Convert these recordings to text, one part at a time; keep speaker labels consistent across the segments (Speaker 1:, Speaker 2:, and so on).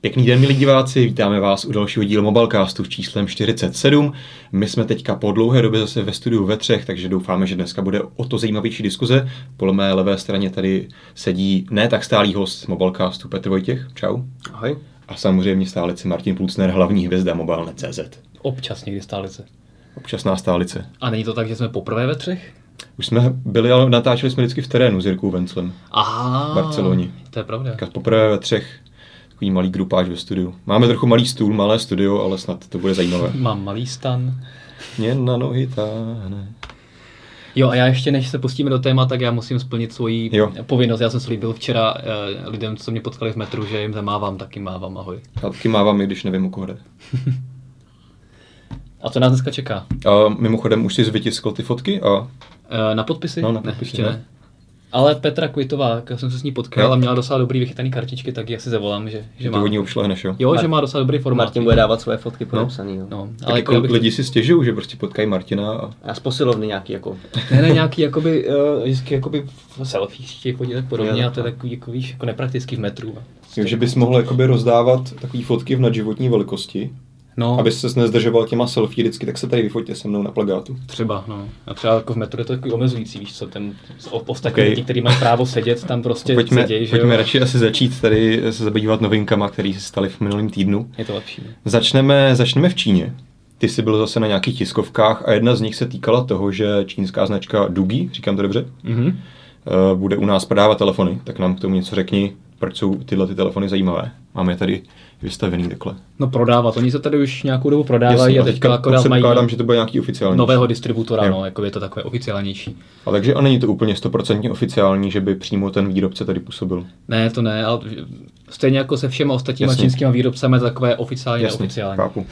Speaker 1: Pěkný den, milí diváci, vítáme vás u dalšího dílu Mobilecastu s číslem 47. My jsme teďka po dlouhé době zase ve studiu ve třech, takže doufáme, že dneska bude o to zajímavější diskuze. Po mé levé straně tady sedí ne tak stálý host Mobilecastu Petr Vojtěch. Čau.
Speaker 2: Ahoj.
Speaker 1: A samozřejmě stálice Martin Plucner, hlavní hvězda Mobile.cz.
Speaker 3: Občas někdy stálice.
Speaker 1: Občasná stálice.
Speaker 3: A není to tak, že jsme poprvé ve třech?
Speaker 1: Už jsme byli, ale natáčeli jsme vždycky v terénu s Jirkou Venclem.
Speaker 3: Aha,
Speaker 1: V Barceloně.
Speaker 3: To je pravda.
Speaker 1: Teďka poprvé ve třech takový malý grupáž ve studiu. Máme trochu malý stůl, malé studio, ale snad to bude zajímavé.
Speaker 3: Mám malý stan.
Speaker 1: Mě na nohy táhne.
Speaker 3: Jo a já ještě než se pustíme do téma, tak já musím splnit svoji
Speaker 1: Jo.
Speaker 3: povinnost. Já jsem slíbil včera eh, lidem, co mě potkali v metru, že jim zamávám, taky mávám, ahoj.
Speaker 1: Já taky mávám, i když nevím, o koho jde.
Speaker 3: A co nás dneska čeká?
Speaker 1: A mimochodem už jsi vytiskl ty fotky a
Speaker 3: Eh, na podpisy?
Speaker 1: No, na
Speaker 3: ne,
Speaker 1: podpisy,
Speaker 3: ještě
Speaker 1: ne.
Speaker 3: ne. Ale Petra Kvitová, jak jsem se s ní potkal
Speaker 1: Jo.
Speaker 3: a měla docela dobrý vychytaný kartičky, tak ji asi zavolám, že, že
Speaker 1: že
Speaker 3: má.
Speaker 1: to hodně obšlehneš, jo?
Speaker 3: Jo, že
Speaker 2: Mar-
Speaker 3: má docela dobrý formát.
Speaker 2: Martin bude dávat svoje fotky podepsaný, jo.
Speaker 3: No,
Speaker 1: Tak
Speaker 3: ale
Speaker 1: jako
Speaker 3: já bych-
Speaker 1: lidi si stěžují, že prostě potkají Martina a
Speaker 2: A z posilovny nějaký jako.
Speaker 3: Ne, ne, nějaký jakoby, uh, vždycky jakoby v selfie chtějí fotit tak podobně
Speaker 2: Jo,
Speaker 3: a to je takový, jako, víš, jako nepraktický v metru.
Speaker 1: jo, že bys mohl jakoby rozdávat takové fotky v nadživotní velikosti,
Speaker 3: No,
Speaker 1: aby se nezdržoval těma selfie vždycky, tak se tady vyfoťte se mnou na plagátu.
Speaker 3: třeba, no. A třeba jako v metru je to takový omezující, víš co, ten s- o- ostatní
Speaker 1: Okej.
Speaker 3: lidi, kteří mají právo sedět, tam prostě
Speaker 1: Pojďme,
Speaker 3: sedějí, že
Speaker 1: pojďme
Speaker 3: jo.
Speaker 1: radši asi začít tady se zabývat novinkama, které se staly v minulém týdnu.
Speaker 3: Je to lepší. no. ne?
Speaker 1: Začneme, začneme v Číně. Ty jsi byl zase na nějakých tiskovkách a jedna z nich se týkala toho, že čínská značka Dugi, říkám to dobře,
Speaker 3: Mhm.
Speaker 1: eh, bude u nás prodávat telefony, tak nám k tomu něco řekni, proč jsou tyhle ty telefony zajímavé. Máme je tady vystavený takhle.
Speaker 3: No prodávat, oni se tady už nějakou dobu prodávají a teďka akorát mají
Speaker 1: no, předpokládám, že to bude nějaký oficiální.
Speaker 3: nového distributora,
Speaker 1: Jo.
Speaker 3: no, jako je to takové oficiálnější.
Speaker 1: A takže a není to úplně stoprocentně oficiální, že by přímo ten výrobce tady působil.
Speaker 3: Ne, to ne, ale stejně jako se všema ostatníma
Speaker 1: Jasně.
Speaker 3: čínskýma výrobcemi, je to takové oficiálně, neoficiální.
Speaker 1: chápu.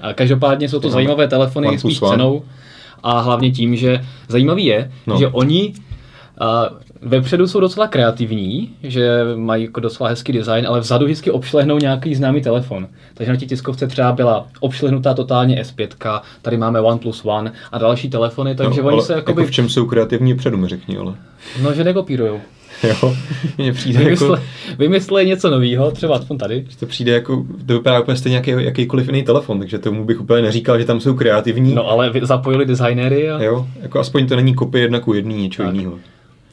Speaker 3: A každopádně jsou to
Speaker 1: Jenom
Speaker 3: zajímavé telefony
Speaker 1: one
Speaker 3: s spíš
Speaker 1: plus one.
Speaker 3: cenou a hlavně tím, že zajímavý je,
Speaker 1: No.
Speaker 3: no. že oni a vepředu jsou docela kreativní, že mají jako docela hezký design, ale vzadu vždycky obšlehnou nějaký známý telefon. Takže na té tiskovce třeba byla obšlehnutá totálně S5, tady máme OnePlus One a další telefony, takže no,
Speaker 1: ale
Speaker 3: oni se jakoby,
Speaker 1: jako v čem jsou kreativní předu, mi řekni, ale...
Speaker 3: no že nekopírujou.
Speaker 1: Jo, mně přijde jako...
Speaker 3: Vymysle, vymysle něco nového, třeba aspoň tady.
Speaker 1: To přijde jako, to vypadá úplně stejně jak jakýkoliv jiný telefon, takže tomu bych úplně neříkal, že tam jsou kreativní.
Speaker 3: No ale vy- zapojili designéry a...
Speaker 1: Jo, jako aspoň to není kopie jedna ku jedný něčeho
Speaker 3: Tak.
Speaker 1: jiného.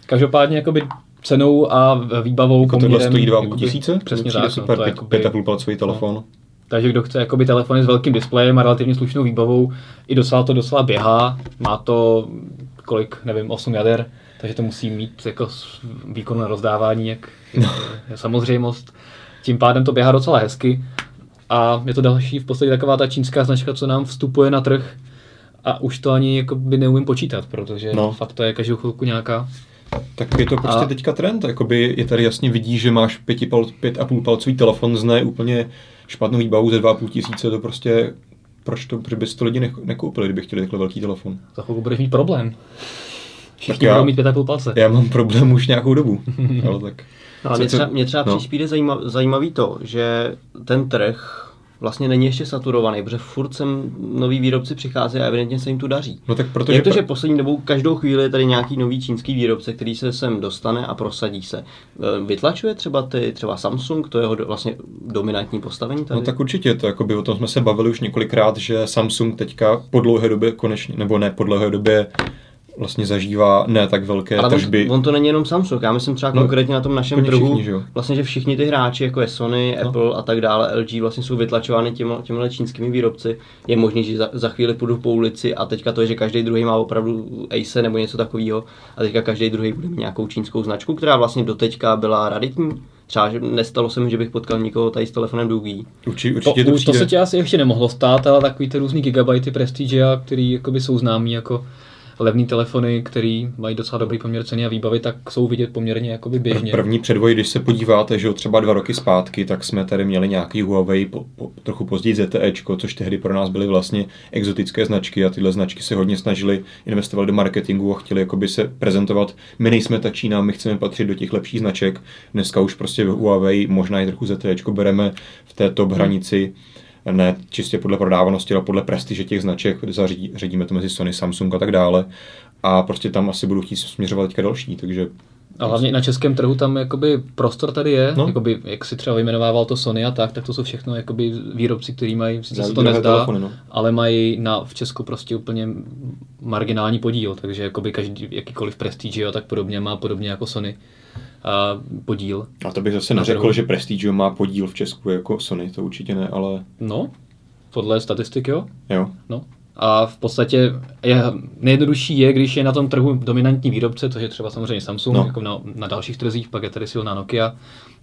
Speaker 3: Každopádně jakoby cenou a výbavou
Speaker 1: Jako tohle
Speaker 3: poměrem,
Speaker 1: stojí dva
Speaker 3: jakoby-
Speaker 1: tisíce,
Speaker 3: Přesně
Speaker 1: přijde
Speaker 3: tak,
Speaker 1: super,
Speaker 3: no, to je
Speaker 1: pět,
Speaker 3: jakoby,
Speaker 1: pět a půl palcový telefon.
Speaker 3: takže kdo chce jakoby telefony s velkým displejem a relativně slušnou výbavou, i docela to docela běhá, má to kolik, nevím, 8 jader, takže to musí mít jako s- výkon na rozdávání, jak
Speaker 1: No.
Speaker 3: je samozřejmost. Tím pádem to běhá docela hezky a je to další v podstatě taková ta čínská značka, co nám vstupuje na trh a už to ani jakoby neumím počítat, protože
Speaker 1: No.
Speaker 3: no. fakt to je každou chvilku nějaká.
Speaker 1: Tak je to prostě a...
Speaker 3: A-
Speaker 1: teďka trend, jakoby je tady jasně vidí, že máš pěti pal, pět a půl palcový telefon, zná úplně špatnou výbavu ze dva a půl tisíce, to prostě proč to, proč by si to lidi nech- nekoupili, kdyby chtěli takhle velký telefon?
Speaker 3: Za chvilku budeš mít problém.
Speaker 1: Tak
Speaker 3: Všichni
Speaker 1: já-
Speaker 3: budou mít 5,5 palce.
Speaker 1: Já mám problém už nějakou dobu, ale tak.
Speaker 2: No a mě
Speaker 1: Co- co-
Speaker 2: třeba, mě třeba
Speaker 1: no.
Speaker 2: no. přijde zajímavý, zajímavý to, že ten trh vlastně není ještě saturovaný, protože furt sem noví výrobci přichází a evidentně se jim tu daří.
Speaker 1: No tak protože...
Speaker 2: Protože, protože poslední dobou každou chvíli je tady nějaký nový čínský výrobce, který se sem dostane a prosadí se. Eh, Vytlačuje třeba ty, třeba Samsung, to je jeho do, vlastně dominantní postavení tady.
Speaker 1: No tak určitě, to jakoby, o tom jsme se bavili už několikrát, že Samsung teďka po dlouhé době konečně, nebo ne po dlouhé době, vlastně zažívá ne tak velké
Speaker 2: Ale
Speaker 1: tržby.
Speaker 2: on, on to není jenom Samsung, já myslím třeba
Speaker 1: No,
Speaker 2: konkrétně na tom našem
Speaker 1: úplně
Speaker 2: trhu,
Speaker 1: všichni, že jo?
Speaker 2: vlastně, že všichni ty hráči, jako je Sony, no. Apple a tak dále, LG, vlastně jsou vytlačovány těma, těmhle čínskými výrobci. Je možný, že za, za chvíli půjdu po ulici a teďka to je, že každý druhý má opravdu Ace nebo něco takového a teďka každý druhý bude mít nějakou čínskou značku, která vlastně doteďka byla raditní. Třeba že nestalo se mi, že bych potkal nikoho tady s telefonem Dugi.
Speaker 1: Urči,
Speaker 3: To,
Speaker 1: určitě to,
Speaker 3: to,
Speaker 1: přijde.
Speaker 3: to se ti asi ještě nemohlo stát, ale takový ty různý gigabajty Prestigea, který jakoby jsou známí jako levný telefony, který mají docela dobrý poměr ceny a výbavy, tak jsou vidět poměrně jakoby běžně.
Speaker 1: První předvoj, když se podíváte, že jo, třeba dva roky zpátky, tak jsme tady měli nějaký Huawei, po, po, trochu později ZTEčko, což tehdy pro nás byly vlastně exotické značky a tyhle značky se hodně snažili, investovali do marketingu a chtěli jakoby se prezentovat, my nejsme ta Čína, my chceme patřit do těch lepších značek. Dneska už prostě Huawei, možná i trochu ZTEčko bereme v té top hranici, ne čistě podle prodávanosti, ale podle prestiže těch značek, zařídí, řadíme to mezi Sony, Samsung a tak dále. A prostě tam asi budou chtít směřovat teďka další, takže
Speaker 3: A hlavně na českém trhu tam jakoby prostor tady je,
Speaker 1: No.
Speaker 3: no. jakoby, jak si třeba vyjmenovával to Sony a tak, tak to jsou všechno jakoby výrobci, kteří mají, sice se to
Speaker 1: Závěrové
Speaker 3: nezdá,
Speaker 1: telefony, no.
Speaker 3: no. ale mají na, v Česku prostě úplně marginální podíl, takže jakoby každý, jakýkoliv Prestige a tak podobně má podobně jako Sony a podíl.
Speaker 1: A to bych zase
Speaker 3: Na
Speaker 1: neřekl,
Speaker 3: trhu.
Speaker 1: že Prestige má podíl v Česku jako Sony, to určitě ne, ale
Speaker 3: No, podle statistik jo.
Speaker 1: jo.
Speaker 3: No. A v podstatě je, nejjednodušší je, když je na tom trhu dominantní výrobce, což je třeba samozřejmě Samsung,
Speaker 1: No.
Speaker 3: no. jako na, na dalších trzích, pak je tady silná Nokia,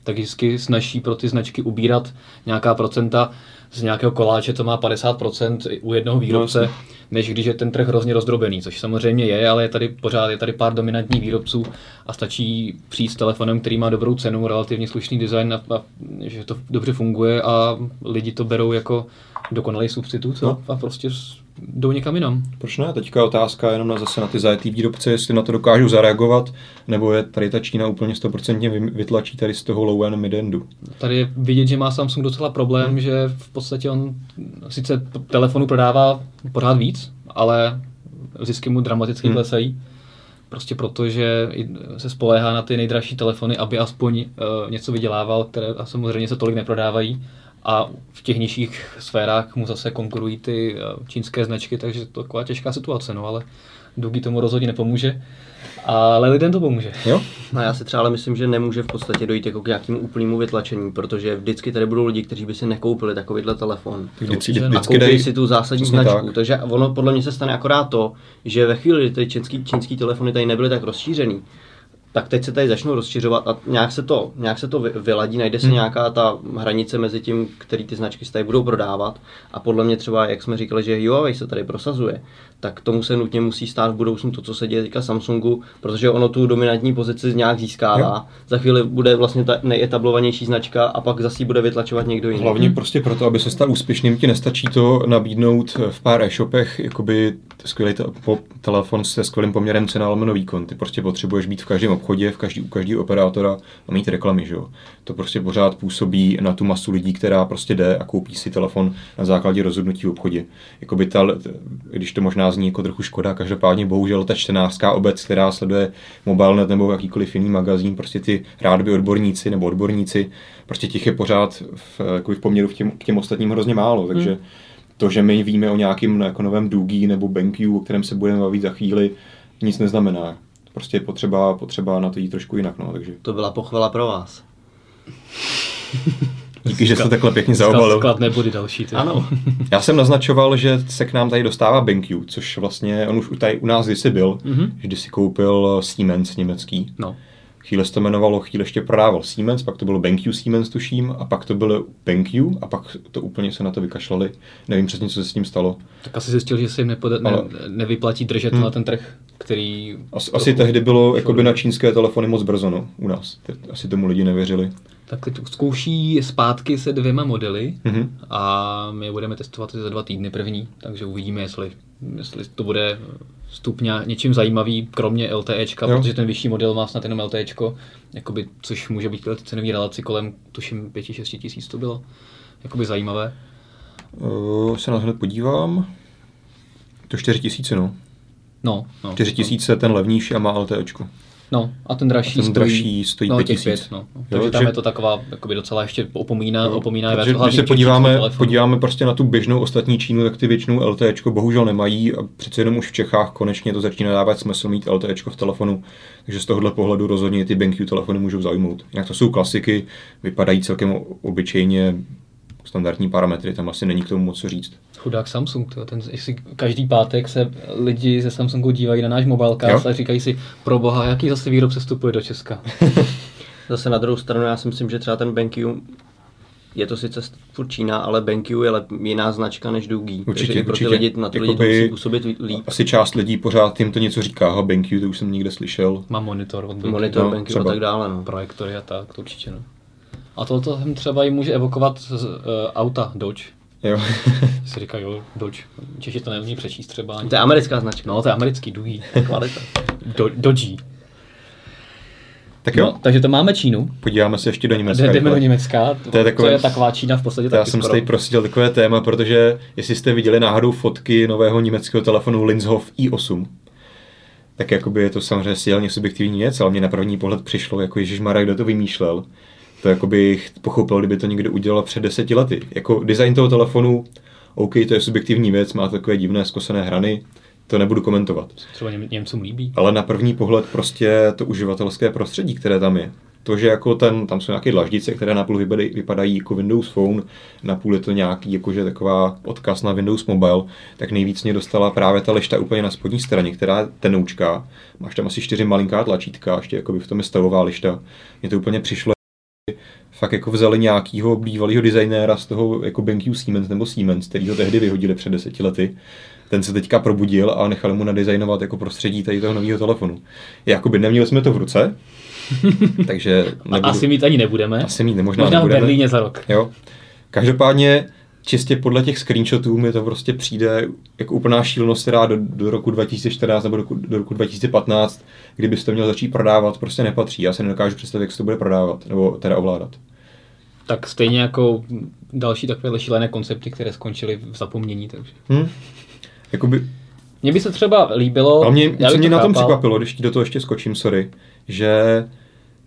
Speaker 3: tak vždycky snaží pro ty značky ubírat nějaká procenta z nějakého koláče, to má 50% i u jednoho výrobce, no, než když je ten trh hrozně rozdrobený, což samozřejmě je, ale je tady pořád je tady pár dominantních výrobců a stačí přijít s telefonem, který má dobrou cenu, relativně slušný design, a, a, že to dobře funguje a lidi to berou jako dokonalý substitut
Speaker 1: No.
Speaker 3: no. a prostě s- jdou někam jinam.
Speaker 1: Proč ne? Teďka je otázka jenom na zase na ty zajetý výrobce, jestli na to dokážou zareagovat, nebo je tady ta Čína úplně 100% vy- vytlačí tady z toho low-end mid-endu.
Speaker 3: Tady je vidět, že má Samsung docela problém, hmm. že v podstatě on sice p- telefonu prodává pořád víc, ale zisky mu dramaticky
Speaker 1: Hmm.
Speaker 3: hmm. klesají. Prostě proto, že i- se spoléhá na ty nejdražší telefony, aby aspoň uh, něco vydělával, které a samozřejmě se tolik neprodávají. A v těch nižších sférách mu zase konkurují ty eh, čínské značky, takže to je taková těžká situace, no ale Dugi tomu rozhodně nepomůže, ale lidem to pomůže.
Speaker 1: Jo?
Speaker 2: A No, já si třeba ale myslím, že nemůže v podstatě dojít jako k nějakému úplnému vytlačení, protože vždycky tady budou lidi, kteří by si nekoupili takovýhle telefon.
Speaker 1: Vždycky,
Speaker 3: určitě ne.
Speaker 2: a
Speaker 1: vždycky
Speaker 2: koupí
Speaker 1: dají,
Speaker 2: si tu zásadní
Speaker 1: přesně
Speaker 2: značku.
Speaker 1: tak.
Speaker 2: Tak. Takže ono podle mě se stane akorát to, že ve chvíli, kdy ty čínský, čínský telefony tady nebyly tak rozšířený, tak teď se tady začnou rozšiřovat a nějak se to, nějak se to vy- vyladí, najde se hmm. nějaká ta hranice mezi tím, který ty značky se tady budou prodávat a podle mě třeba, jak jsme říkali, že Huawei se tady prosazuje, tak tomu se nutně musí stát v budoucnu to, co se děje teďka Samsungu, protože ono tu dominantní pozici nějak získává.
Speaker 1: Jo.
Speaker 2: Za chvíli bude vlastně ta nejetablovanější značka a pak zase ji bude vytlačovat někdo jiný.
Speaker 1: Hlavně prostě proto, aby se stal úspěšným, ti nestačí to nabídnout v pár e-shopech jakoby skvělý te- po- telefon se skvělým poměrem cena lomeno výkon. Ty prostě potřebuješ být v každém obchodě, v každý, u každého operátora a mít reklamy, že jo. To prostě pořád působí na tu masu lidí, která prostě jde a koupí si telefon na základě rozhodnutí v obchodě. Jakoby ta, t- když to možná zní jako trochu škoda, každopádně bohužel ta čtenářská obec, která sleduje MobileNet nebo jakýkoliv jiný magazín, prostě ty rádby odborníci nebo odborníci, prostě těch je pořád v, eh, jakoby v poměru k těm, k těm ostatním hrozně málo, takže hmm. to, že my víme o nějakém jako novém Dugi nebo BenQ, o kterém se budeme bavit za chvíli, nic neznamená. Prostě je potřeba, potřeba na to jít trošku jinak, no, takže
Speaker 2: To byla pochvala pro vás.
Speaker 1: díky, že jste takhle pěkně
Speaker 3: Získal
Speaker 1: zaobalil.
Speaker 3: Skladné body další. Ty.
Speaker 2: Ano.
Speaker 1: Já jsem naznačoval, že se k nám tady dostává BenQ, což vlastně on už u- tady u nás kdysi byl, mm-hmm.
Speaker 3: Mhm.
Speaker 1: kdysi koupil Siemens německý.
Speaker 3: No.
Speaker 1: Chvíle se to jmenovalo, chvíle ještě prodával Siemens, pak to bylo BenQ Siemens, tuším, a pak to bylo BenQ, a pak to úplně se na to vykašlali. Nevím přesně, co se s ním stalo.
Speaker 3: Tak asi zjistil, že se jim nepoda-
Speaker 1: Ale-
Speaker 3: ne, nevyplatí držet hmm. na ten trh, který...
Speaker 1: As,
Speaker 3: trochu-
Speaker 1: asi tehdy bylo jakoby na čínské telefony moc brzo, no, u nás. Te- Asi tomu lidi nevěřili.
Speaker 3: Tak teď zkouší zpátky se dvěma modely
Speaker 1: Mhm.
Speaker 3: a my je budeme testovat za dva týdny první, takže uvidíme, jestli, jestli to bude stupňa něčím zajímavý, kromě LTEčka,
Speaker 1: Jo.
Speaker 3: protože ten vyšší model má snad jenom LTEčko, jakoby, což může být v této cenové relaci kolem, tuším, 5-6 tisíc to bylo. Jakoby zajímavé.
Speaker 1: Uh, se na to hned podívám. To 4 tisíce, no.
Speaker 3: No, no.
Speaker 1: 4 tisíce ten levnější a má LTEčko.
Speaker 3: No, a ten dražší
Speaker 1: A ten
Speaker 3: stojí,
Speaker 1: dražší stojí
Speaker 3: no,
Speaker 1: pět
Speaker 3: těch
Speaker 1: tisíc.
Speaker 3: pět, no.
Speaker 1: Jo,
Speaker 3: Takže tam
Speaker 1: že-
Speaker 3: je to taková, jakoby docela ještě opomíná,
Speaker 1: Jo,
Speaker 3: opomíná
Speaker 1: protože
Speaker 3: hlavně
Speaker 1: když se
Speaker 3: u těch
Speaker 1: podíváme,
Speaker 3: čínských telefonů.
Speaker 1: podíváme prostě na tu běžnou ostatní Čínu, tak ty většinou LTEčko bohužel nemají a přece jenom už v Čechách konečně to začíná dávat smysl mít LTEčko v telefonu, takže z tohohle pohledu rozhodně ty BenQ telefony můžou zajmout. Jak to jsou klasiky, vypadají celkem o- obyčejně standardní parametry, tam asi není k tomu moc co říct.
Speaker 3: Chudák Samsung, to, ten, jestli každý pátek se lidi ze Samsungu dívají na náš mobilecast
Speaker 1: Jo.
Speaker 3: a říkají si, pro boha, jaký zase výrobce vstupuje do Česka.
Speaker 2: Zase na druhou stranu, já si myslím, že třeba ten BenQ, je to sice furt Čína, ale BenQ je lep, jiná značka než Dugi.
Speaker 1: Určitě,
Speaker 2: Takže i jako pro ty
Speaker 1: určitě.
Speaker 2: lidi, na ty lidi to
Speaker 1: Jakoby-
Speaker 2: musí působit líp.
Speaker 1: Asi část lidí pořád jim to něco říká, ha, BenQ, to už jsem někde slyšel.
Speaker 3: Má monitor od Blinky,
Speaker 2: Monitor
Speaker 1: no,
Speaker 2: BenQ
Speaker 1: třeba.
Speaker 2: a tak dále. No.
Speaker 3: projektory a tak, to určitě no. A tohoto sem třeba jim může evokovat z uh, auta Dodge.
Speaker 1: Jo.
Speaker 3: Si říkají, jo, Dodge. Češi to neumí přečíst třeba ani.
Speaker 2: To je americká značka.
Speaker 3: No, to je americký duhý.
Speaker 2: kvalita.
Speaker 3: Do, Dodge.
Speaker 1: tak jo,
Speaker 3: No,
Speaker 1: no.
Speaker 3: takže to máme Čínu.
Speaker 1: podíváme se ještě do Německa.
Speaker 3: Jde- Jdeme do
Speaker 1: rychle.
Speaker 3: Německa, to
Speaker 1: je takové-
Speaker 3: je, takové, je taková Čína v podstatě
Speaker 1: Já
Speaker 3: taky
Speaker 1: jsem si
Speaker 3: skoro.
Speaker 1: tady prosadil takové téma, protože jestli jste viděli náhodou fotky nového německého telefonu Linzhoff i8, tak jakoby je to samozřejmě silně subjektivní věc, ale mě na první pohled přišlo, jako Ježíš Mara, kdo to vymýšlel. To jako bych pochopil, kdyby to někdo udělal před deseti lety. Jako design toho telefonu, OK, to je subjektivní věc, má takové divné skosené hrany, to nebudu komentovat.
Speaker 3: Třeba Něm- Němcům líbí.
Speaker 1: Ale na první pohled prostě to uživatelské prostředí, které tam je. To, že jako ten, tam jsou nějaké dlaždice, které na půl vypadají, vypadají jako Windows Phone, na půl je to nějaký jakože taková odkaz na Windows Mobile, tak nejvíc mě dostala právě ta lešta úplně na spodní straně, která je tenoučká. Máš tam asi čtyři malinká tlačítka, ještě jako by v tom je stavová lišta. Mně to úplně přišlo, že fakt jako vzali nějakého bývalého designéra z toho jako BenQ Siemens nebo Siemens, který ho tehdy vyhodili před deseti lety ten se teďka probudil a nechali mu nadizajnovat jako prostředí tady toho nového telefonu. Jakoby neměli jsme to v ruce, takže
Speaker 3: Nebudu. A asi mít ani nebudeme.
Speaker 1: asi mít nemožná
Speaker 3: Možná v
Speaker 1: nebudeme.
Speaker 3: Berlíně za rok.
Speaker 1: Jo. Každopádně čistě podle těch screenshotů mi to prostě přijde jako úplná šílenost, která do, do roku 2014 nebo do, roku- do roku 2015, kdybyste to měl začít prodávat, prostě nepatří. Já se nedokážu představit, jak se to bude prodávat, nebo teda ovládat.
Speaker 3: Tak stejně jako další takové šílené koncepty, které skončily v zapomnění. Takže.
Speaker 1: Hm? Jakoby
Speaker 3: Mně by se třeba líbilo...
Speaker 1: A mě,
Speaker 3: já
Speaker 1: co
Speaker 3: bych
Speaker 1: mě
Speaker 3: to
Speaker 1: na tom
Speaker 3: chápal.
Speaker 1: překvapilo, když ti do toho ještě skočím, sorry, že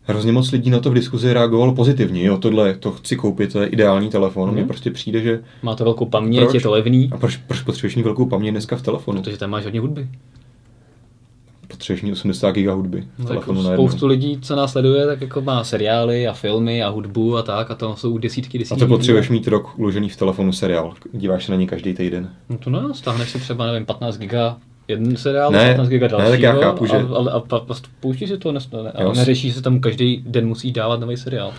Speaker 1: hrozně moc lidí na to v diskuzi reagovalo pozitivně. Jo, tohle to chci koupit, to je ideální telefon. Mně prostě přijde, že...
Speaker 3: Má to velkou paměť,
Speaker 1: Proč?
Speaker 3: Mhm. je to levný,
Speaker 1: A proč, proč potřebuješ mít velkou paměť dneska v telefonu?
Speaker 3: protože tam máš hodně hudby.
Speaker 1: Potřebuješ mít 80 GB hudby v
Speaker 3: No, tak
Speaker 1: telefonu na
Speaker 3: spoustu lidí, co nás sleduje, tak jako má seriály a filmy a hudbu a tak a tam jsou desítky,
Speaker 1: A
Speaker 3: desítky.
Speaker 1: to potřebuješ mít rok uložený v telefonu seriál. Díváš se na ní každý týden.
Speaker 3: No to ne, stáhneš si třeba, nevím, 15 giga jeden seriál,
Speaker 1: Ne,
Speaker 3: 15 giga
Speaker 1: ne, tak
Speaker 3: dalšího.
Speaker 1: já chápu, že-
Speaker 3: A, a, a, a, a pouštíš si to, ne, ne,
Speaker 1: Jo,
Speaker 3: a
Speaker 1: s-
Speaker 3: neřeší, že se tam každý den musí dávat nový seriál.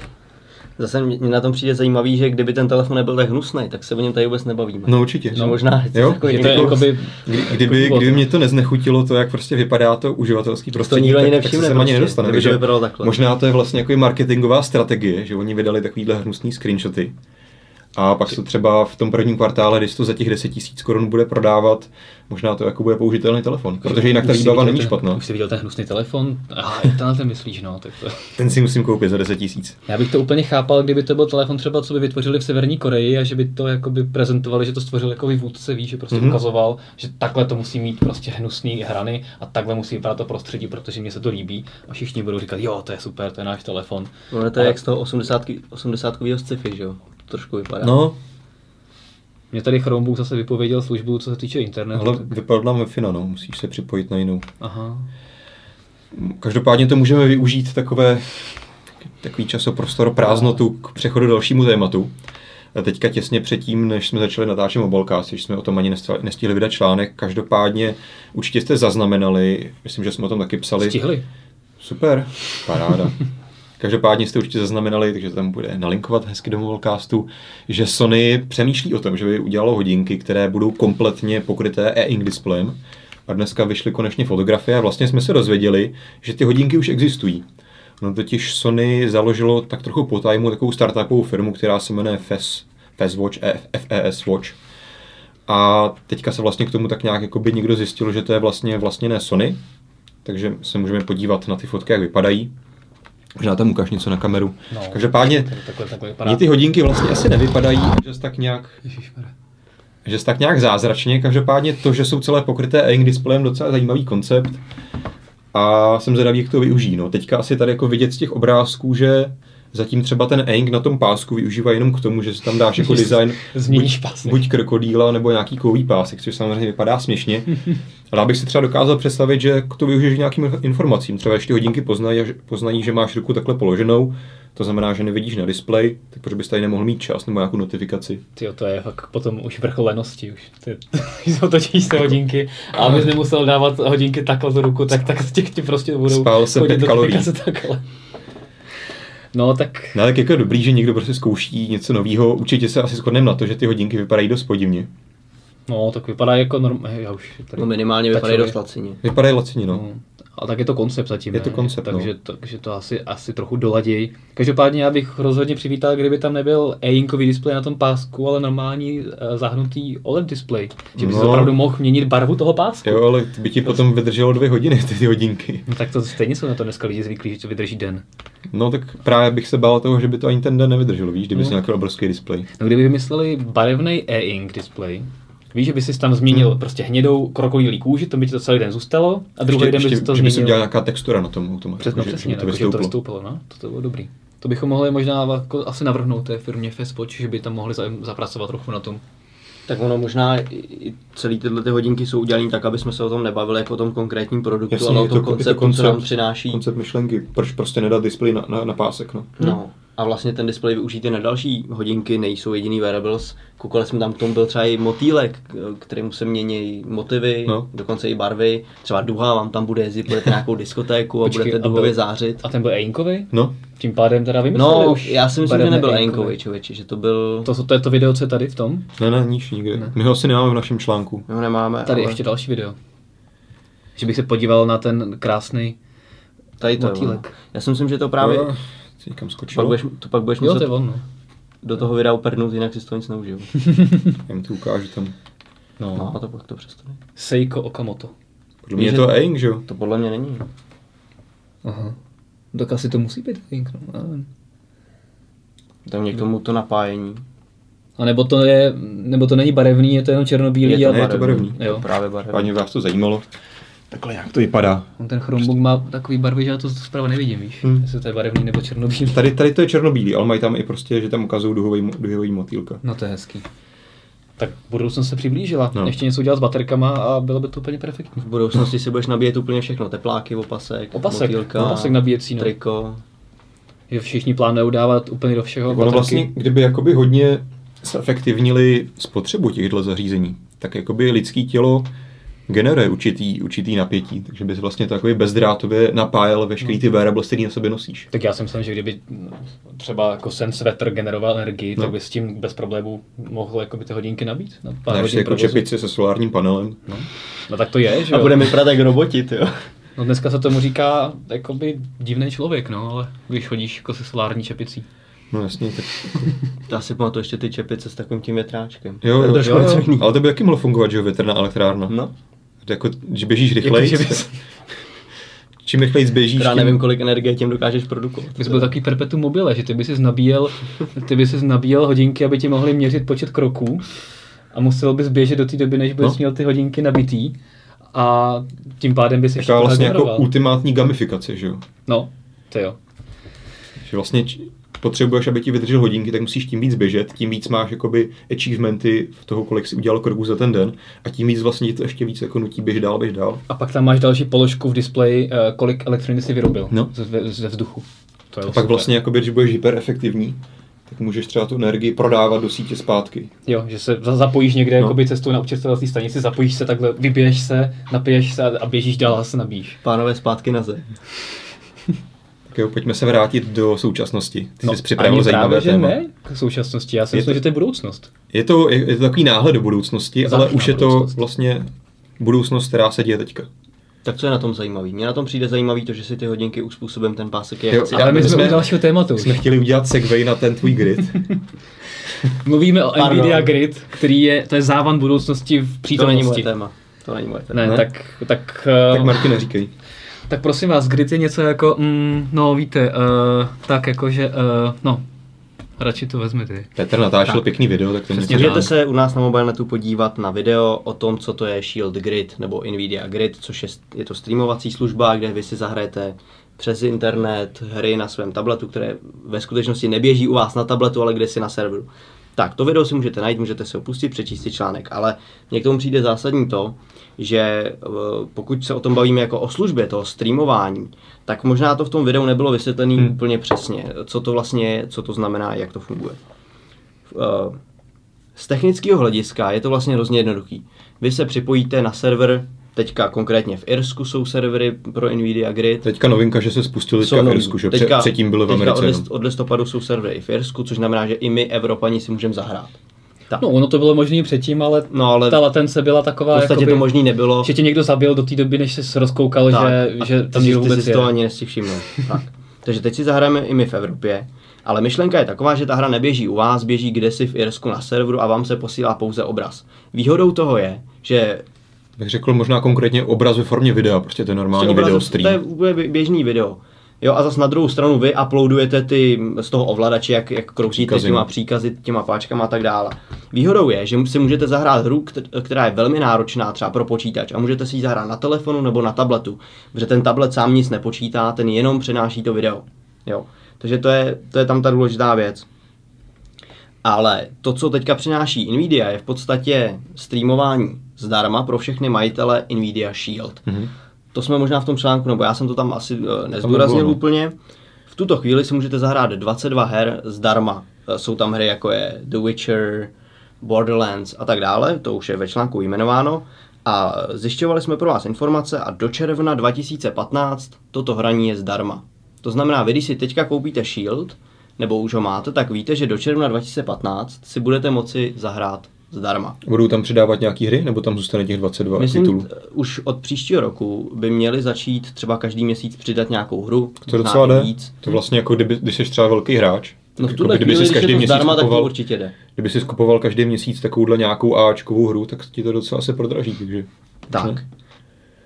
Speaker 2: Zase mě mě na tom přijde zajímavý, že kdyby ten telefon nebyl tak hnusný, tak se o něm tady vůbec nebavíme.
Speaker 1: No určitě.
Speaker 2: No, možná je to
Speaker 1: jo?
Speaker 2: takový
Speaker 3: Je to
Speaker 2: Jako-
Speaker 3: jakoby...
Speaker 1: Kdy, kdyby,
Speaker 3: jako-
Speaker 1: kdyby mě to neznechutilo, to, jak prostě vypadá to uživatelský prostředí,
Speaker 2: nikdo ani
Speaker 1: tak, tak se
Speaker 2: nevšimne
Speaker 1: sem ani
Speaker 2: prostě,
Speaker 1: nedostane.
Speaker 2: kdyby to
Speaker 1: Takže
Speaker 2: vypadalo takhle.
Speaker 1: možná to je vlastně jako i marketingová strategie, že oni vydali takovýhle hnusný screenshoty. A pak se to třeba v tom prvním kvartále, když se to za těch 10 000 korun bude prodávat, možná to jako bude použitelný telefon. Protože jinak ta
Speaker 3: Už si
Speaker 1: výbava
Speaker 3: viděl
Speaker 1: není
Speaker 3: ten-
Speaker 1: špatná.
Speaker 3: Už jsi viděl ten hnusný telefon? Aha, jak to na ten myslíš, no. Tak to...
Speaker 1: Ten si musím koupit za 10 000.
Speaker 3: Já bych to úplně chápal, kdyby to byl telefon třeba, co by vytvořili v Severní Koreji a že by to jakoby prezentovali, že to stvořil jako vůdce, víš, že prostě
Speaker 1: Mhm.
Speaker 3: mm-hmm. ukazoval, že takhle to musí mít prostě hnusný hrany a takhle musí vypadat to prostředí, protože mně se to líbí a všichni budou říkat, jo, to je super, to je náš telefon.
Speaker 2: No, to je
Speaker 3: Ale-
Speaker 2: jak z toho 80, 80 sci-fi, že jo? To trošku vypadá.
Speaker 1: No,
Speaker 3: Mě tady Chromebook zase vypověděl službu, co se týče internetu.
Speaker 1: ale
Speaker 3: tak-
Speaker 1: vypadla mi fina, no, musíš se připojit na jinou.
Speaker 3: Aha.
Speaker 1: Každopádně to můžeme využít takové, takový časoprostor prázdnotu k přechodu dalšímu tématu. Teďka těsně předtím, než jsme začali natáčet mobilcast, když jsme o tom ani nestihli- nestihli vydat článek, každopádně určitě jste zaznamenali, myslím, že jsme o tom taky psali.
Speaker 3: Stihli.
Speaker 1: Super, paráda. Každopádně jste určitě zaznamenali, takže to tam bude nalinkovat hezky do mobilecastu, že Sony přemýšlí o tom, že by udělalo hodinky, které budou kompletně pokryté e-ink displejem. A dneska vyšly konečně fotografie a vlastně jsme se dozvěděli, že ty hodinky už existují. No totiž Sony založilo tak trochu po tajmu takovou startupovou firmu, která se jmenuje FES, FES Watch, E FES Watch. A teďka se vlastně k tomu tak nějak jako by někdo zjistil, že to je vlastně vlastně ne Sony, takže se můžeme podívat na ty fotky, jak vypadají. Možná tam ukáž něco na kameru. No.
Speaker 3: No.
Speaker 1: Každopádně
Speaker 3: Takhle, takhle vypadá.
Speaker 1: mě ty hodinky vlastně asi nevypadají, že jsi tak nějak
Speaker 3: Ježišmarja.
Speaker 1: že jsi tak nějak zázračně. Každopádně to, že jsou celé pokryté e-ink displejem, docela zajímavý koncept. A jsem zvědavý, jak to využijí. No, teďka asi tady jako vidět z těch obrázků, že zatím třeba ten e-ink na tom pásku využívá jenom k tomu, že si tam dáš jako design
Speaker 3: Změníš pásek.
Speaker 1: buď krokodýla nebo nějaký kový pásek, což samozřejmě vypadá směšně. Ale já bych si třeba dokázal představit, že k to využiješ k nějakým informacím. Třeba když ty hodinky poznají, a že- poznají, že máš ruku takhle položenou, to znamená, že nevidíš na displej, tak proč bys tady nemohl mít čas nebo nějakou notifikaci?
Speaker 3: Tyjo, to je fakt potom už vrchol lenosti. Už. Ty, jsou to číslo
Speaker 2: Jako-
Speaker 3: hodinky. A abys nemusel dávat hodinky takhle do ruku, tak, tak z těch ti prostě budou
Speaker 1: Spál jsem
Speaker 3: chodit
Speaker 1: pět kalorií.
Speaker 3: notifikace takhle. No tak
Speaker 1: No tak jako je dobrý, že někdo prostě zkouší něco nového. Určitě se asi shodneme na to, že ty hodinky vypadají dost podivně.
Speaker 3: No, tak vypadá jako norm... hej, Já už tady...
Speaker 2: No minimálně vypadají
Speaker 3: Tačově.
Speaker 2: dost lacině.
Speaker 1: Vypadají lacině, no.
Speaker 3: No, A tak je to koncept zatím.
Speaker 1: Je
Speaker 3: ne?
Speaker 1: to koncept,
Speaker 3: takže, no. takže to asi, asi trochu doladějí. Každopádně já bych rozhodně přivítal, kdyby tam nebyl e-inkový displej na tom pásku, ale normální eh, zahnutý OLED displej. Že by no.
Speaker 1: No.
Speaker 3: opravdu mohl měnit barvu toho pásku.
Speaker 1: Jo, ale by ti potom vydrželo dvě hodiny ty, ty hodinky.
Speaker 3: No, tak to stejně jsou na to dneska lidi zvyklí, že to vydrží den.
Speaker 1: No tak právě bych se bál toho, že by to ani ten den nevydrželo, víš, kdyby jsi
Speaker 3: No.
Speaker 1: nějaký obrovský displej.
Speaker 3: No kdyby vymysleli barevný e-ink displej, Víš, že by si tam změnil hmm. prostě hnědou krokodýlí kůži, to by ti to celý den zůstalo, a druhý
Speaker 1: Ještě,
Speaker 3: den by
Speaker 1: ještě,
Speaker 3: si to
Speaker 1: že by se
Speaker 3: změnil.
Speaker 1: udělala nějaká textura na tom automatu.
Speaker 3: No
Speaker 1: že- že
Speaker 3: přesně,
Speaker 1: by to
Speaker 3: to, že to
Speaker 1: vystoupilo.
Speaker 3: vystoupilo, no, to, to bylo dobrý. To bychom mohli možná jako asi navrhnout té firmě Festwatch, že by tam mohli za- zapracovat trochu na tom.
Speaker 2: Tak ono možná i- i celý tyhle ty hodinky jsou udělané tak, aby jsme se o tom nebavili jako o tom konkrétním produktu,
Speaker 1: Jasně,
Speaker 2: ale o
Speaker 1: je
Speaker 2: tom
Speaker 1: je
Speaker 2: konceptu, co nám přináší.
Speaker 1: Koncept myšlenky, proč prostě nedat displej na, na, na pásek, no.
Speaker 2: No. A vlastně ten displej využijte na další hodinky, nejsou jediný wearables. Koukali jsme tam k tomu byl třeba i motýlek, k- kterému se mění motivy,
Speaker 1: No.
Speaker 2: no. dokonce i barvy. Třeba duha vám tam bude jezdit, budete na nějakou diskotéku a
Speaker 3: Počkej,
Speaker 2: budete
Speaker 3: a
Speaker 2: duhově
Speaker 3: byl-
Speaker 2: zářit.
Speaker 3: A ten byl Einkovej?
Speaker 1: No,
Speaker 3: Tím pádem teda vymysleli
Speaker 2: No,
Speaker 3: už.
Speaker 2: já si myslím, že
Speaker 3: barevné
Speaker 2: nebyl
Speaker 3: Einkovy.
Speaker 2: Ainkovi, člověče, že to byl...
Speaker 3: To, to je to video, co je tady v tom?
Speaker 1: ne, ne, níž nikde.
Speaker 3: Ne.
Speaker 1: My ho asi nemáme v našem článku.
Speaker 2: My ho nemáme,
Speaker 3: Tady
Speaker 2: ale...
Speaker 3: ještě další video. Že bych se podíval na ten krásný
Speaker 2: Tady to je ono.
Speaker 3: motýlek.
Speaker 2: Já si myslím, že to právě...
Speaker 1: No, si někam
Speaker 2: To pak
Speaker 1: skočilo.
Speaker 2: budeš, to pak budeš
Speaker 3: Jo, to je
Speaker 2: muset
Speaker 3: on, no.
Speaker 2: do toho videa upernout, jinak si to nic neužiju.
Speaker 1: Já mu to ukážu tam. No,
Speaker 2: No a to pak to přestane.
Speaker 3: Seiko Okamoto.
Speaker 1: podle mě je
Speaker 2: Víš,
Speaker 1: to
Speaker 2: že-
Speaker 1: Aang, že jo?
Speaker 2: To podle mě není.
Speaker 3: Aha. Tak asi to musí být Ink, no. já nevím.
Speaker 2: Tam
Speaker 3: No.
Speaker 2: mě k tomu to napájení.
Speaker 3: A nebo to, je, nebo to není barevný, je to jenom černobílý.
Speaker 1: to
Speaker 3: a
Speaker 1: ne, je to barevný.
Speaker 2: Je to
Speaker 3: Jo.
Speaker 2: právě barevný.
Speaker 1: Páni, vás to zajímalo. Takhle nějak to vypadá.
Speaker 3: On ten Chromebook má takový barvy, že já to zprava nevidím, víš?
Speaker 1: Prostě- Hmm.
Speaker 3: Jestli to je barevný nebo černobílý.
Speaker 1: Tady, tady to je černobílý, ale mají tam i prostě, že tam ukazují duhový, mo- duhový motýlka.
Speaker 3: No to je hezký. Tak budoucnost se přiblížila.
Speaker 1: No.
Speaker 3: No. Ještě něco udělat s baterkama a bylo by to úplně perfektní.
Speaker 2: V budoucnosti si budeš nabíjet úplně všechno. Tepláky, opasek,
Speaker 3: Opasek,
Speaker 2: motýlka,
Speaker 3: opasek nabíjecí, no.
Speaker 2: triko.
Speaker 3: Že všichni plánují dávat úplně do všeho.
Speaker 1: Tak ono
Speaker 3: baterky.
Speaker 1: vlastně, kdyby jakoby hodně zefektivnili spotřebu těchto zařízení, tak jakoby lidský tělo generuje určitý, určitý napětí, takže bys vlastně takový bezdrátově napájel veškerý ty wearables, který na sobě nosíš.
Speaker 3: Tak já jsem myslel, že kdyby no, třeba jako sen svetr generoval energii,
Speaker 1: No.
Speaker 3: no. tak by s tím bez problémů mohl jakoby ty hodinky nabít. Na pár
Speaker 1: Máš
Speaker 3: hodin
Speaker 1: si jako
Speaker 3: provozu.
Speaker 1: čepici se solárním panelem.
Speaker 3: No. no tak to je, že
Speaker 2: A
Speaker 3: jo?
Speaker 2: budeme vypadat jak roboti, jo.
Speaker 3: No dneska se tomu říká jakoby divný člověk, no, ale když chodíš jako se solární čepicí.
Speaker 1: No jasně, tak
Speaker 2: Já si pamatuju ještě ty čepice s takovým tím větráčkem.
Speaker 1: jo,
Speaker 2: To je
Speaker 1: jo,
Speaker 2: trošku
Speaker 1: jo,
Speaker 2: něco
Speaker 1: jo.
Speaker 2: jiný.
Speaker 1: ale to by jaky mohlo fungovat, že jo, větrná elektrárna.
Speaker 2: No.
Speaker 1: Jako, že běžíš rychleji,
Speaker 3: Jako, že bys-
Speaker 1: čím rychleji běžíš,
Speaker 2: Já
Speaker 1: tím...
Speaker 2: nevím, kolik energie tím dokážeš produkovat.
Speaker 3: My jsme byli takový perpetuum mobile, že ty by si nabíjel, ty by si nabíjel hodinky, aby ti mohly měřit počet kroků a musel bys běžet do té doby, než bys
Speaker 1: No.
Speaker 3: no. měl ty hodinky nabitý a tím pádem bys ještě
Speaker 1: Taková vlastně jako
Speaker 3: generoval.
Speaker 1: ultimátní gamifikace, že jo.
Speaker 3: No, to jo.
Speaker 1: Že vlastně č- potřebuješ, aby ti vydržel hodinky, tak musíš tím víc běžet, tím víc máš jakoby achievementy v toho, kolik si udělal kroků za ten den a tím víc vlastně ti to ještě víc jako nutí běž dál, běž dál.
Speaker 3: A pak tam máš další položku v displeji, eh, kolik elektřiny si vyrobil
Speaker 1: No.
Speaker 3: ze, ze vzduchu. To je
Speaker 1: A pak
Speaker 3: super.
Speaker 1: vlastně, jakoby, když budeš hyperefektivní, tak můžeš třeba tu energii prodávat do sítě zpátky.
Speaker 3: Jo, že se za- zapojíš někde
Speaker 1: No.
Speaker 3: no. jakoby cestou na občerstvovací stanici, zapojíš se takhle, vybiješ se, napiješ se a, a běžíš dál a se nabíjíš.
Speaker 2: Pánové zpátky na zem.
Speaker 1: Tak jo, pojďme se vrátit do současnosti. Ty jsi
Speaker 3: No, ani
Speaker 1: připravil zajímavé
Speaker 3: právě, že
Speaker 1: téma.
Speaker 3: ne k současnosti, já si
Speaker 1: Je
Speaker 3: myslím,
Speaker 1: to-
Speaker 3: že to je budoucnost.
Speaker 1: Je to, je, je to takový náhled do budoucnosti, ale
Speaker 3: Zářná
Speaker 1: už je to
Speaker 3: budoucnost.
Speaker 1: vlastně budoucnost, která se děje teďka.
Speaker 2: Tak co je na tom zajímavý? Mně na tom přijde zajímavý to, že si ty hodinky uspůsobím ten pásek, jak
Speaker 1: Jo,
Speaker 2: chci.
Speaker 1: Já-
Speaker 3: Ale my
Speaker 1: my
Speaker 3: jsme
Speaker 1: jsme-
Speaker 3: u dalšího tématu.
Speaker 1: Jsme
Speaker 3: Jsme...
Speaker 1: chtěli udělat segway na ten tvůj grid.
Speaker 3: Mluvíme o
Speaker 2: Pardon.
Speaker 3: Nvidia Grid, který je, to je závan budoucnosti v
Speaker 2: To není moje
Speaker 3: přítomnosti.
Speaker 2: téma. To není moje téma.
Speaker 3: ne,
Speaker 1: Ne?
Speaker 3: ne, tak, tak,
Speaker 1: tak
Speaker 3: tak,
Speaker 1: Martin, neříkej.
Speaker 3: tak prosím vás, Grid je něco jako, mm, no víte, uh, tak jako, že, uh, no, radši to vezmi ty.
Speaker 1: Petr natáčel
Speaker 3: Tak.
Speaker 1: pěkný video, tak to
Speaker 3: Přesně
Speaker 1: něco-
Speaker 3: tak.
Speaker 2: Můžete se u nás na mobilnetu podívat na video o tom, co to je Shield Grid nebo Nvidia Grid, což je, je to streamovací služba, kde vy si zahrajete přes internet hry na svém tabletu, které ve skutečnosti neběží u vás na tabletu, ale kde si na serveru. Tak, to video si můžete najít, můžete se opustit, přečíst si článek, ale mně k tomu přijde zásadní to, že eh, pokud se o tom bavíme jako o službě toho streamování, tak možná to v tom videu nebylo vysvětlené hmm. úplně přesně, co to vlastně je, co to znamená, jak to funguje. Eh, z technického hlediska je to vlastně hrozně jednoduchý. Vy se připojíte na server, teďka konkrétně v Irsku jsou servery pro Nvidia Grid.
Speaker 1: Teďka novinka, že se spustil
Speaker 2: Jsou
Speaker 1: teďka v
Speaker 2: nový.
Speaker 1: Irsku, že? Teďka, Předtím bylo v
Speaker 2: teďka
Speaker 1: Americe. no.
Speaker 2: Od,
Speaker 1: Odest...
Speaker 2: list, od listopadu jsou servery i v Irsku, což znamená, že i my, Evropani, si můžeme zahrát. Tak.
Speaker 3: No,
Speaker 2: No,
Speaker 3: ono to bylo možné předtím, ale,
Speaker 2: No, ale-
Speaker 3: ta latence byla taková,
Speaker 2: v podstatě
Speaker 3: jakoby,
Speaker 2: to možný nebylo.
Speaker 3: že tě někdo zabil do té doby, než jsi rozkoukal, že,
Speaker 2: a
Speaker 3: že
Speaker 2: ty
Speaker 3: tam
Speaker 2: si-
Speaker 3: někdo
Speaker 2: ty
Speaker 3: vůbec
Speaker 2: si
Speaker 3: je.
Speaker 2: to ani nesti všiml. tak. Takže teď si zahrajeme i my v Evropě, ale myšlenka je taková, že ta hra neběží u vás, běží kdesi v Irsku na serveru a vám se posílá pouze obraz. Výhodou toho je, že
Speaker 1: Bych řekl možná konkrétně obraz ve formě videa, prostě to je normální
Speaker 2: Prostě
Speaker 1: video
Speaker 2: obrazov- To je
Speaker 1: stream.
Speaker 2: úplně bě- běžný video. Jo, a zase na druhou stranu vy uploadujete ty z toho ovladače, jak, jak kroutíte
Speaker 1: Příkazy,
Speaker 2: těma
Speaker 1: no.
Speaker 2: příkazy, těma páčkama a tak dále. Výhodou je, že si můžete zahrát hru, která je velmi náročná třeba pro počítač a můžete si ji zahrát na telefonu nebo na tabletu, protože ten tablet sám nic nepočítá, ten jenom přenáší to video. Jo. Takže to je, to je tam ta důležitá věc. Ale to, co teďka přináší Nvidia, je v podstatě streamování zdarma pro všechny majitele Nvidia Shield.
Speaker 1: Mhm.
Speaker 2: To jsme možná v tom článku, nebo já jsem to tam asi eh, nezdůraznil
Speaker 1: bylo, no.
Speaker 2: úplně. V tuto chvíli si můžete zahrát 22 her zdarma. Eh, Jsou tam hry jako je The Witcher, Borderlands a tak dále, to už je ve článku jmenováno. A zjišťovali jsme pro vás informace a do června 2015 toto hraní je zdarma. To znamená, vy když si teďka koupíte Shield, nebo už ho máte, tak víte, že do června 2015 si budete moci zahrát zdarma.
Speaker 1: Budou tam přidávat nějaký hry, nebo tam zůstane těch 22
Speaker 2: Myslím,
Speaker 1: titulů?
Speaker 2: t- už od příštího roku by měli začít třeba každý měsíc přidat nějakou hru.
Speaker 1: To
Speaker 2: možná
Speaker 1: docela
Speaker 2: i
Speaker 1: jde.
Speaker 2: víc.
Speaker 1: To vlastně jako, kdyby, když jsi třeba velký hráč,
Speaker 2: No v
Speaker 1: tak
Speaker 2: tuhle
Speaker 1: jako kdyby
Speaker 2: chvíli,
Speaker 1: si
Speaker 2: když
Speaker 1: každý
Speaker 2: je to
Speaker 1: měsíc
Speaker 2: zdarma, tak to
Speaker 1: kupoval,
Speaker 2: určitě jde.
Speaker 1: kdyby si kupoval každý měsíc takovouhle nějakou Ačkovou hru, tak ti to docela se prodraží, takže...
Speaker 2: Tak.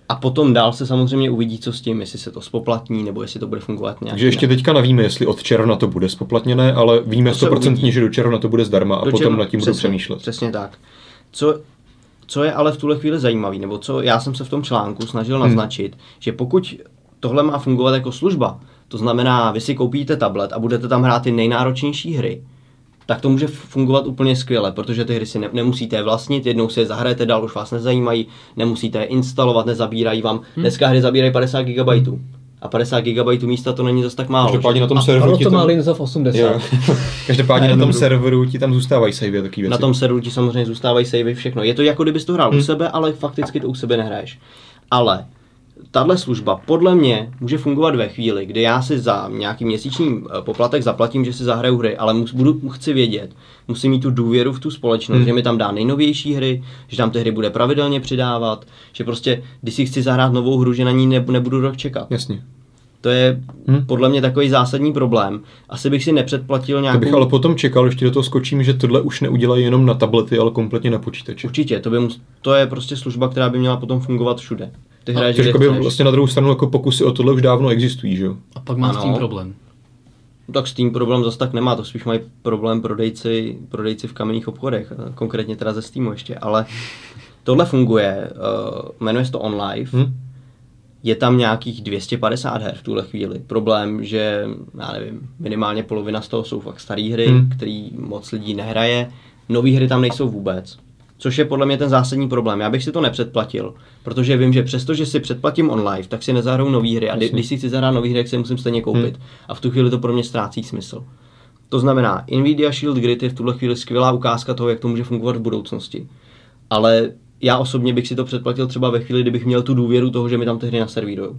Speaker 2: A potom dál se samozřejmě uvidí, co s tím, jestli se to spoplatní, nebo jestli to bude fungovat nějak.
Speaker 1: Takže ještě
Speaker 2: jinak.
Speaker 1: teďka nevíme, jestli od června to bude spoplatněné, ale víme
Speaker 2: To se
Speaker 1: stoprocentně,
Speaker 2: uvidí.
Speaker 1: že do června to bude zdarma a
Speaker 2: Do
Speaker 1: potom
Speaker 2: čem-
Speaker 1: nad tím budou
Speaker 2: přesně,
Speaker 1: přemýšlet.
Speaker 2: Přesně tak. Co, co je ale v tuhle chvíli zajímavý, nebo co já jsem se v tom článku snažil
Speaker 1: Hmm.
Speaker 2: naznačit, že pokud tohle má fungovat jako služba, to znamená, vy si koupíte tablet a budete tam hrát ty nejnáročnější hry, tak to může fungovat úplně skvěle, protože ty hry si ne- nemusíte je vlastnit, jednou si je zahrajete, dál už vás nezajímají, nemusíte je instalovat, nezabírají vám.
Speaker 1: Hmm.
Speaker 2: Dneska hry zabírají 50 GB. A 50 GB místa to není zase tak málo.
Speaker 1: Každopádně
Speaker 2: že?
Speaker 1: na tom
Speaker 2: A
Speaker 1: serveru
Speaker 3: Ono
Speaker 1: ti
Speaker 3: to má
Speaker 1: tam...
Speaker 3: Linz of 80.
Speaker 1: Jo. Každopádně na tom serveru ti tam zůstávají savey a taky věci. Hmm.
Speaker 2: Na tom serveru ti samozřejmě zůstávají savey, všechno. Je to jako kdybys to hrál u sebe, ale fakticky to u sebe nehraješ. Ale tahle služba podle mě může fungovat ve chvíli, kdy já si za nějaký měsíční eh, poplatek zaplatím, že si zahraju hry, ale mus, budu, chci vědět, musím mít tu důvěru v tu společnost,
Speaker 1: Hmm.
Speaker 2: že mi tam dá nejnovější hry, že tam ty hry bude pravidelně přidávat, že prostě, když si chci zahrát novou hru, že na ní ne, nebudu rok čekat.
Speaker 1: Jasně.
Speaker 2: To je
Speaker 1: Hmm.
Speaker 2: podle mě takový zásadní problém. Asi bych si nepředplatil nějakou...
Speaker 1: To bych ale potom čekal, ještě do toho skočím, že tohle už neudělají jenom na tablety, ale kompletně na počítači.
Speaker 2: Určitě, to, by mus, to je prostě služba, která by měla potom fungovat všude. Ty
Speaker 1: A
Speaker 2: hráči,
Speaker 1: což
Speaker 2: kde
Speaker 1: jakoby
Speaker 2: chceš.
Speaker 1: vlastně na druhou stranu jako pokusy o tohle už dávno existují, že jo?
Speaker 3: A pak má s tím
Speaker 2: Ano.
Speaker 3: problém.
Speaker 2: No tak s tím problém zase tak nemá, to spíš mají problém prodejci, prodejci v kamenných obchodech, eh, konkrétně teda ze Steamu ještě, ale tohle funguje, uh, jmenuje se to OnLive,
Speaker 1: Hm?
Speaker 2: je tam nějakých 250 her v tuhle chvíli. Problém, že já nevím, minimálně polovina z toho jsou fakt staré hry,
Speaker 1: Hmm.
Speaker 2: hmm. který moc lidí nehraje. Nové hry tam nejsou vůbec. Což je podle mě ten zásadní problém. Já bych si to nepředplatil, protože vím, že přesto, že si předplatím online, tak si nezahrou nové hry. A kdy-
Speaker 1: Jasně. Hmm.
Speaker 2: když si chci zahrát nové hry, tak si je musím stejně koupit. A v tu chvíli to pro mě ztrácí smysl. To znamená, Nvidia Shield Grid je v tuhle chvíli skvělá ukázka toho, jak to může fungovat v budoucnosti. Ale já osobně bych si to předplatil třeba ve chvíli, kdybych měl tu důvěru toho, že mi tam ty hry naservírujou.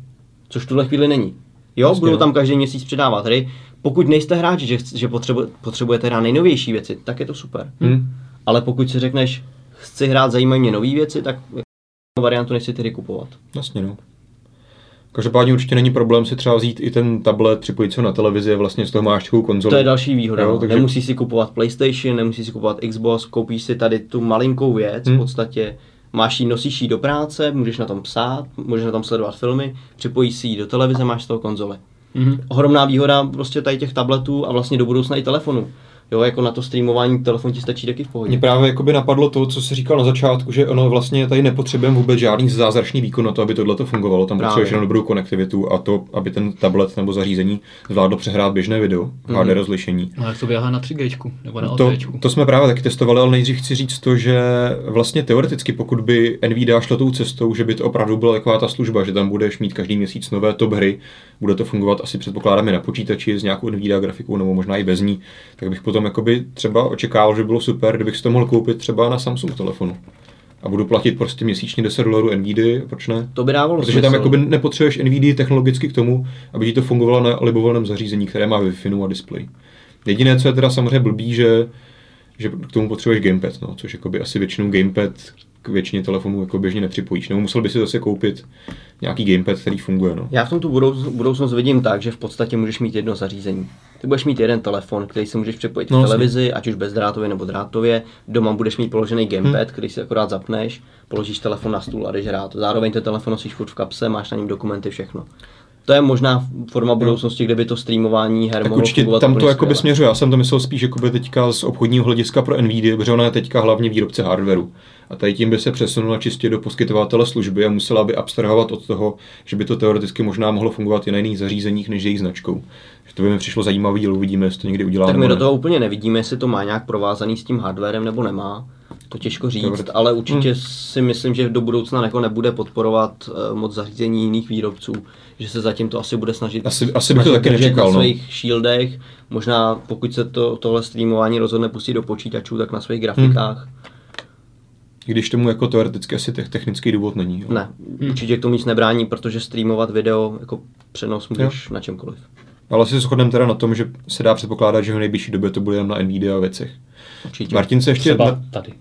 Speaker 2: Což v tuhle chvíli není. Jo,
Speaker 1: Jasně,
Speaker 2: budou
Speaker 1: no.
Speaker 2: tam každý měsíc přidávat hry. Pokud nejste hráči, že, chc- že potřebu, potřebujete hrát nejnovější věci, tak je to super.
Speaker 1: Hm?
Speaker 2: Ale pokud si řekneš, chci hrát zajímají mě nové věci, tak jako variantu nechci tedy kupovat.
Speaker 1: Jasně, no. Každopádně určitě není problém si třeba vzít i ten tablet, připojit se na televizi a vlastně z toho máš takovou konzoli.
Speaker 2: To je další výhoda.
Speaker 1: Jo,
Speaker 2: Jo,
Speaker 1: takže-
Speaker 2: takže... Nemusíš si kupovat PlayStation, nemusíš si kupovat Xbox, koupíš si tady tu malinkou věc,
Speaker 1: Hmm.
Speaker 2: v podstatě máš ji, nosíš ji do práce, můžeš na tom psát, můžeš na tom sledovat filmy, připojíš si ji do televize, máš z toho konzole.
Speaker 1: Hmm.
Speaker 3: Mhm.
Speaker 2: Ohromná výhoda prostě tady těch tabletů a vlastně do budoucna i telefonu. Jo, jako na to streamování telefon ti stačí taky v
Speaker 1: Mně
Speaker 2: pohodě.
Speaker 1: právě jakoby napadlo to, co jsi říkal na začátku, že ono vlastně tady nepotřebujeme vůbec žádný zázračný výkon na to, aby tohle to fungovalo. Tam
Speaker 2: Právě.
Speaker 1: potřebuješ jenom dobrou konektivitu a to, aby ten tablet nebo zařízení zvládlo přehrát běžné video v
Speaker 2: Mhm.
Speaker 1: HD rozlišení.
Speaker 3: Ale jak to běhá na 3G nebo na
Speaker 1: To,
Speaker 3: 8G.
Speaker 1: to jsme právě taky testovali, ale nejdřív chci říct to, že vlastně teoreticky, pokud by Nvidia šla tou cestou, že by to opravdu byla taková ta služba, že tam budeš mít každý měsíc nové top hry, bude to fungovat asi předpokládáme na počítači s nějakou Nvidia grafikou nebo možná i bez ní, tak bych potom jakoby třeba očekával, že by bylo super, kdybych si to mohl koupit třeba na Samsung telefonu. A budu platit prostě měsíčně 10 dolarů Nvidia, proč ne?
Speaker 2: To by dávalo
Speaker 1: Protože tam
Speaker 2: smysl.
Speaker 1: jakoby nepotřebuješ NVD technologicky k tomu, aby ti to fungovalo na libovolném zařízení, které má Wi-Fi a displej. Jediné, co je teda samozřejmě blbý, že, že k tomu potřebuješ gamepad, no, což jakoby asi většinou gamepad k většině telefonů jako běžně nepřipojíš. Nebo musel by si zase koupit nějaký gamepad, který funguje. No.
Speaker 2: Já v tom tu budouc- budoucnost vidím tak, že v podstatě můžeš mít jedno zařízení. Ty budeš mít jeden telefon, který si můžeš připojit
Speaker 1: No,
Speaker 2: no, k
Speaker 1: jasně.
Speaker 2: televizi, ať už bezdrátově nebo drátově. Doma budeš mít položený
Speaker 1: Hm.
Speaker 2: gamepad, který si akorát zapneš, položíš telefon na stůl a jdeš hrát. Zároveň ten telefon nosíš furt v kapse, máš na něm dokumenty, všechno. to je možná forma budoucnosti, kde by to streamování her
Speaker 1: Tak
Speaker 2: mohlo
Speaker 1: určitě
Speaker 2: fungovat
Speaker 1: tam
Speaker 2: úplně
Speaker 1: to jakoby
Speaker 2: skvěle.
Speaker 1: směřuje. Já jsem to myslel spíš jakoby teďka z obchodního hlediska pro Nvidia, protože ona je teďka hlavně výrobce hardwareu. A tady tím by se přesunula čistě do poskytovatele služby a musela by abstrahovat od toho, že by to teoreticky možná mohlo fungovat i na jiných zařízeních než jejich značkou. Že to by mi přišlo zajímavý, ale uvidíme, jestli to někdy uděláme.
Speaker 2: Tak my
Speaker 1: nebo
Speaker 2: do
Speaker 1: ne.
Speaker 2: toho úplně nevidíme, jestli to má nějak provázaný s tím hardwarem nebo nemá. To těžko říct,
Speaker 1: Teoret-
Speaker 2: ale určitě
Speaker 1: Hm.
Speaker 2: si myslím, že do budoucna jako nebude podporovat eh, moc zařízení jiných výrobců, že se zatím to asi bude snažit.
Speaker 1: Asi- asi bych to
Speaker 2: snažit
Speaker 1: taky
Speaker 2: držet
Speaker 1: nečekal,
Speaker 2: Na
Speaker 1: no.
Speaker 2: svých shieldech, možná pokud se to, tohle streamování rozhodne pustit do počítačů, tak na svých grafikách.
Speaker 1: Hm. Když tomu jako teoreticky asi te- technický důvod není. Jo.
Speaker 2: Ne, určitě k tomu nic nebrání, protože streamovat video jako přenos můžeš na čemkoliv.
Speaker 1: Ale asi se shodneme teda na tom, že se dá předpokládat, že v nejbližší době to bude jen na Nvidia věcech.
Speaker 2: Určitě.
Speaker 1: Martin se ještě...
Speaker 3: Třeba
Speaker 1: na-
Speaker 3: tady.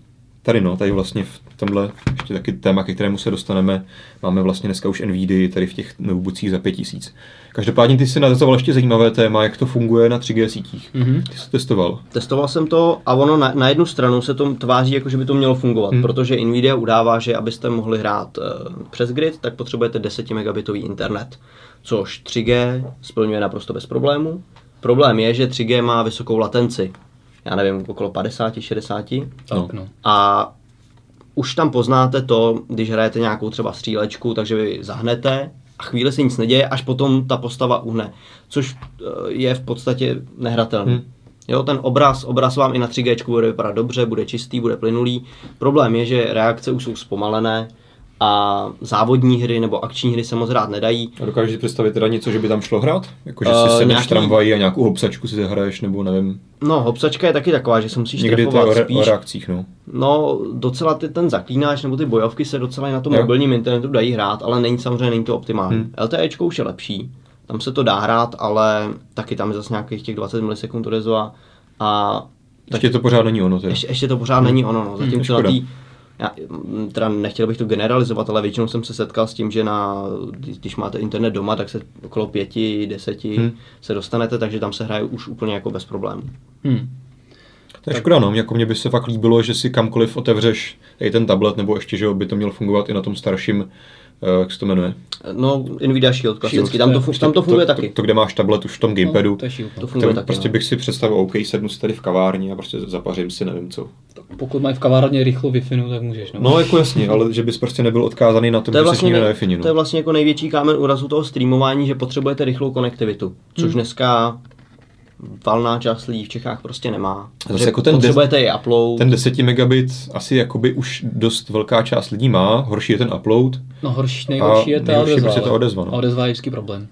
Speaker 1: Tady no, tady vlastně v tomhle ještě taky téma, ke kterému se dostaneme, máme vlastně dneska už NVIDIA tady v těch notebookcích za 5000. Každopádně ty jsi natazoval ještě zajímavé téma, jak to funguje na 3G sítích.
Speaker 3: Mhm.
Speaker 1: Ty jsi testoval.
Speaker 2: Testoval jsem to a ono na, na jednu stranu se to tváří, jako že by to mělo fungovat, hmm. protože Nvidia udává, že abyste mohli hrát uh, přes grid, tak potřebujete 10 megabitový internet, což 3G splňuje naprosto bez problému. Problém je, že 3G má vysokou latenci, já nevím, okolo 50-60,
Speaker 3: Tak, no.
Speaker 2: a už tam poznáte to, když hrajete nějakou třeba střílečku, takže vy zahnete a chvíli se nic neděje, až potom ta postava uhne, což eh, je v podstatě nehratelné.
Speaker 1: Hmm.
Speaker 2: Hmm. Jo, ten obraz, obraz vám i na 3G bude vypadat dobře, bude čistý, bude plynulý. Problém je, že reakce už jsou zpomalené a závodní hry nebo akční hry se moc rád nedají.
Speaker 1: A dokážeš si představit teda něco, že by tam šlo hrát? Jako, že si
Speaker 2: Eh,
Speaker 1: uh, sedneš
Speaker 2: nějaký-
Speaker 1: v tramvaji a nějakou hopsačku si zahraješ, nebo nevím,
Speaker 2: No, hopsačka je taky taková, že se musíš
Speaker 1: někdy to je o,
Speaker 2: trefovat
Speaker 1: re- o
Speaker 2: spíš.
Speaker 1: reakcích, no.
Speaker 2: No, docela ty, ten zaklínáč nebo ty bojovky se docela i na tom
Speaker 1: Jo.
Speaker 2: mobilním internetu dají hrát, ale není samozřejmě není to optimální.
Speaker 1: Hmm.
Speaker 2: Hmm. LTEčko už je lepší, tam se to dá hrát, ale taky tam je zase nějakých těch 20 milisekund odezva a tak
Speaker 1: Ještě to pořád není ono teda.
Speaker 2: ještě, ještě to pořád není ono, no. zatímco
Speaker 1: škoda.
Speaker 2: na tý, já, mm, teda nechtěl bych to generalizovat, ale většinou jsem se setkal s tím, že na, kdy- když máte internet doma, tak se okolo pěti, deseti
Speaker 1: Hmm.
Speaker 2: hmm. se dostanete, takže tam se hraje už úplně jako bez problémů.
Speaker 3: Hm.
Speaker 1: To je škoda, no. Jako mně by se fakt líbilo, že si kamkoliv otevřeš i ten tablet, nebo ještě, že jo, by to mělo fungovat i na tom starším, eh, jak se to jmenuje?
Speaker 2: No, Nvidia Shield klasicky,
Speaker 1: Shield,
Speaker 2: tam
Speaker 3: to
Speaker 2: to,
Speaker 3: je-
Speaker 2: fu- tam to funguje
Speaker 1: to,
Speaker 2: taky.
Speaker 1: To, to, kde máš tablet už v tom gamepadu.
Speaker 3: No, to je šílka.
Speaker 2: To
Speaker 1: To
Speaker 2: funguje taky.
Speaker 1: prostě
Speaker 2: no.
Speaker 1: bych si představil, OK, sednu si tady v kavárně a prostě zapařím si nevím co.
Speaker 3: Pokud mají v kavárně rychlo wi tak můžeš. No.
Speaker 1: No jako jasně, ale že bys prostě nebyl odkázaný na tom,
Speaker 2: To je,
Speaker 1: že vlastně
Speaker 2: vlastně,
Speaker 1: někde
Speaker 2: nej-
Speaker 1: na Wi-Fi, no.
Speaker 2: to je vlastně jako největší kámen úrazu toho streamování, že potřebujete rychlou konektivitu, což hmm. dneska valná část lidí v Čechách prostě nemá.
Speaker 1: Zase
Speaker 2: Že
Speaker 1: jako ten
Speaker 2: potřebujete i upload.
Speaker 1: Ten 10 megabit asi jakoby už dost velká část lidí má, horší je ten upload.
Speaker 3: No horší, nejhorší je ta
Speaker 1: nejhorší
Speaker 3: odezva.
Speaker 1: prostě ta
Speaker 3: ale-
Speaker 1: odezva, no.
Speaker 3: A odezva je vždycky problém.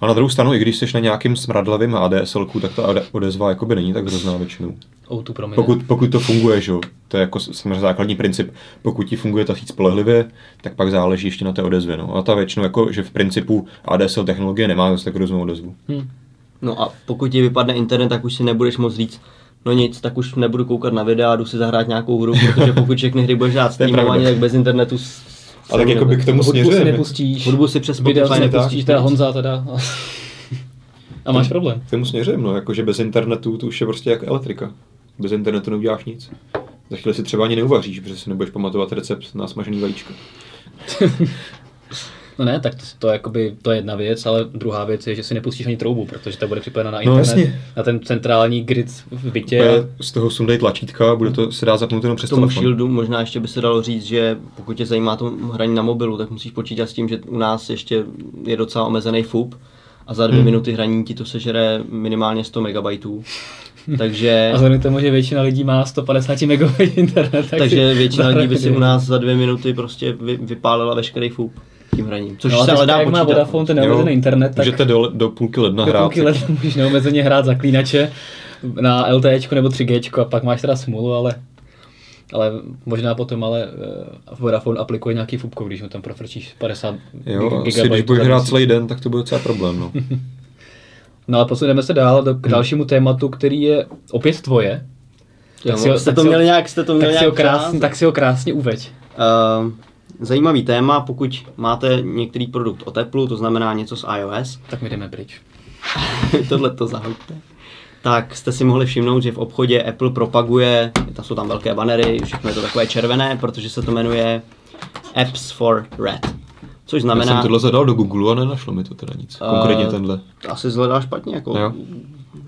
Speaker 1: A na druhou stranu, i když jsi na nějakým smradlavým adsl tak ta ode- odezva jakoby není tak hrozná většinou.
Speaker 3: O2 promile.
Speaker 1: Pokud, pokud to funguje, že jo, to je jako s- samozřejmě základní princip. Pokud ti funguje ta síť spolehlivě, tak pak záleží ještě na té odezvě. No. A ta většinou jako, že v principu ADSL technologie nemá zase tak hroznou odezvu.
Speaker 3: Hm.
Speaker 2: No a pokud ti vypadne internet, tak už si nebudeš moc říct, no nic, tak už nebudu koukat na videa, jdu si zahrát nějakou hru, protože pokud všechny hry budeš hrát
Speaker 1: To je
Speaker 2: streamování,
Speaker 1: pravda.
Speaker 2: tak bez internetu... s-
Speaker 1: A tak
Speaker 2: se-
Speaker 3: no.
Speaker 1: jakoby k tomu
Speaker 3: Hudbu si
Speaker 1: směřujeme.
Speaker 3: nepustíš.
Speaker 2: Hudbu si přes
Speaker 3: Video si
Speaker 2: Spotify
Speaker 3: nepustíš,
Speaker 2: nepustíš.
Speaker 3: teda Honza teda. A máš problém.
Speaker 1: K tomu směřujem, no, jakože bez internetu to už je prostě jak elektrika. Bez internetu neuděláš nic. Za chvíli si třeba ani neuvaříš, protože si nebudeš pamatovat recept na smažený vajíčko.
Speaker 3: No ne, tak to, to, jakoby, to je jedna věc, ale druhá věc je, že si nepustíš ani troubu, protože ta bude připojena na
Speaker 1: No,
Speaker 3: internet,
Speaker 1: jasně.
Speaker 3: na ten centrální grid v bytě.
Speaker 1: Je, z toho sundej tlačítka, bude to se dá zapnout jenom přes
Speaker 2: K tomu
Speaker 1: telefon.
Speaker 2: Shieldu možná ještě by se dalo říct, že pokud tě zajímá to hraní na mobilu, tak musíš počítat s tím, že u nás ještě je docela omezený FUB a za
Speaker 3: Hmm.
Speaker 2: dvě minuty hraní ti to sežere minimálně 100 megabajtů. Takže,
Speaker 3: A vzhledem k tomu, že většina lidí má 150 MB internet, tak
Speaker 2: takže
Speaker 3: si No,
Speaker 2: většina lidí by si
Speaker 3: zahraje.
Speaker 2: u nás za dvě minuty prostě vy, vypálila veškerý FUB tím hraním, což
Speaker 3: no,
Speaker 2: se ale dá
Speaker 3: jak má
Speaker 2: počítat.
Speaker 3: Vodafone ten neomezený internet, tak
Speaker 1: Můžete do, do půlky ledna
Speaker 3: do
Speaker 1: hrát.
Speaker 3: půlky let můžeš neomezeně hrát zaklínače na LTE nebo 3G a pak máš teda smůlu, ale ale možná potom ale eh, Vodafone aplikuje nějaký fubko, když mu tam profrčíš 50
Speaker 1: Jo,
Speaker 3: gigabajtů
Speaker 1: asi když budeš
Speaker 3: za
Speaker 1: hrát
Speaker 3: měsíc.
Speaker 1: celý den, tak to bude docela problém. No.
Speaker 3: No ale posuneme se dál do, k dalšímu tématu, který je opět tvoje.
Speaker 2: Jo,
Speaker 3: si ho-
Speaker 2: jste
Speaker 3: tak
Speaker 2: to
Speaker 3: si ho-
Speaker 2: měli nějak, jste to měli
Speaker 3: Tak si, ho
Speaker 2: nějak
Speaker 3: krásně, tak si ho krásně uveď.
Speaker 2: Uh, zajímavý téma, pokud máte některý produkt o teplu, to znamená něco z iOS,
Speaker 3: Tak my jdeme pryč.
Speaker 2: tohle to zahoďte, tak jste si mohli všimnout, že v obchodě Apple propaguje, tam jsou tam velké banery, všechno je to takové červené, protože se to jmenuje Apps for Red. Což
Speaker 1: Já jsem
Speaker 2: znamená,
Speaker 1: tohle zadal do Google a nenašlo mi to teda nic.
Speaker 2: Eh,
Speaker 1: Konkrétně tenhle.
Speaker 2: to asi zhledá špatně, jako
Speaker 1: Jo.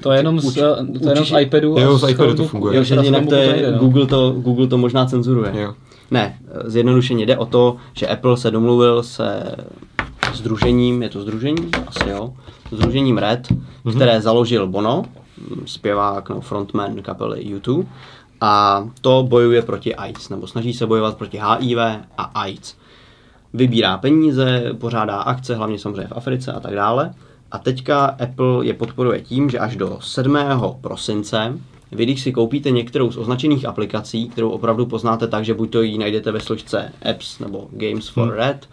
Speaker 3: To je jenom z,
Speaker 2: Uč-
Speaker 3: eh, to je jenom z
Speaker 2: určitě-
Speaker 3: iPadu. a
Speaker 1: Jo, z
Speaker 3: z
Speaker 1: iPadu to
Speaker 3: Chromebooku.
Speaker 1: funguje.
Speaker 3: Jo,
Speaker 1: Jo,
Speaker 2: Takže
Speaker 3: teda z
Speaker 2: jinak vlastně to
Speaker 3: Chromebooku to
Speaker 2: je,
Speaker 3: nejde, no.
Speaker 2: Google, to, Google to možná cenzuruje.
Speaker 1: Jo.
Speaker 2: Ne, zjednodušeně jde o to, že Apple se domluvil se združením, je to združení? Asi jo. Združením Red, mm-hmm. které založil Bono, mm, zpěvák nebo frontman kapely U2. A to bojuje proti AIDS, nebo snaží se bojovat proti HIV a AIDS. Vybírá peníze, pořádá akce, hlavně samozřejmě v Africe a tak dále. A teďka Apple je podporuje tím, že až do 7. prosince vy, když si koupíte některou z označených aplikací, kterou opravdu poznáte tak, že buď to ji najdete ve složce Apps nebo Games for Red,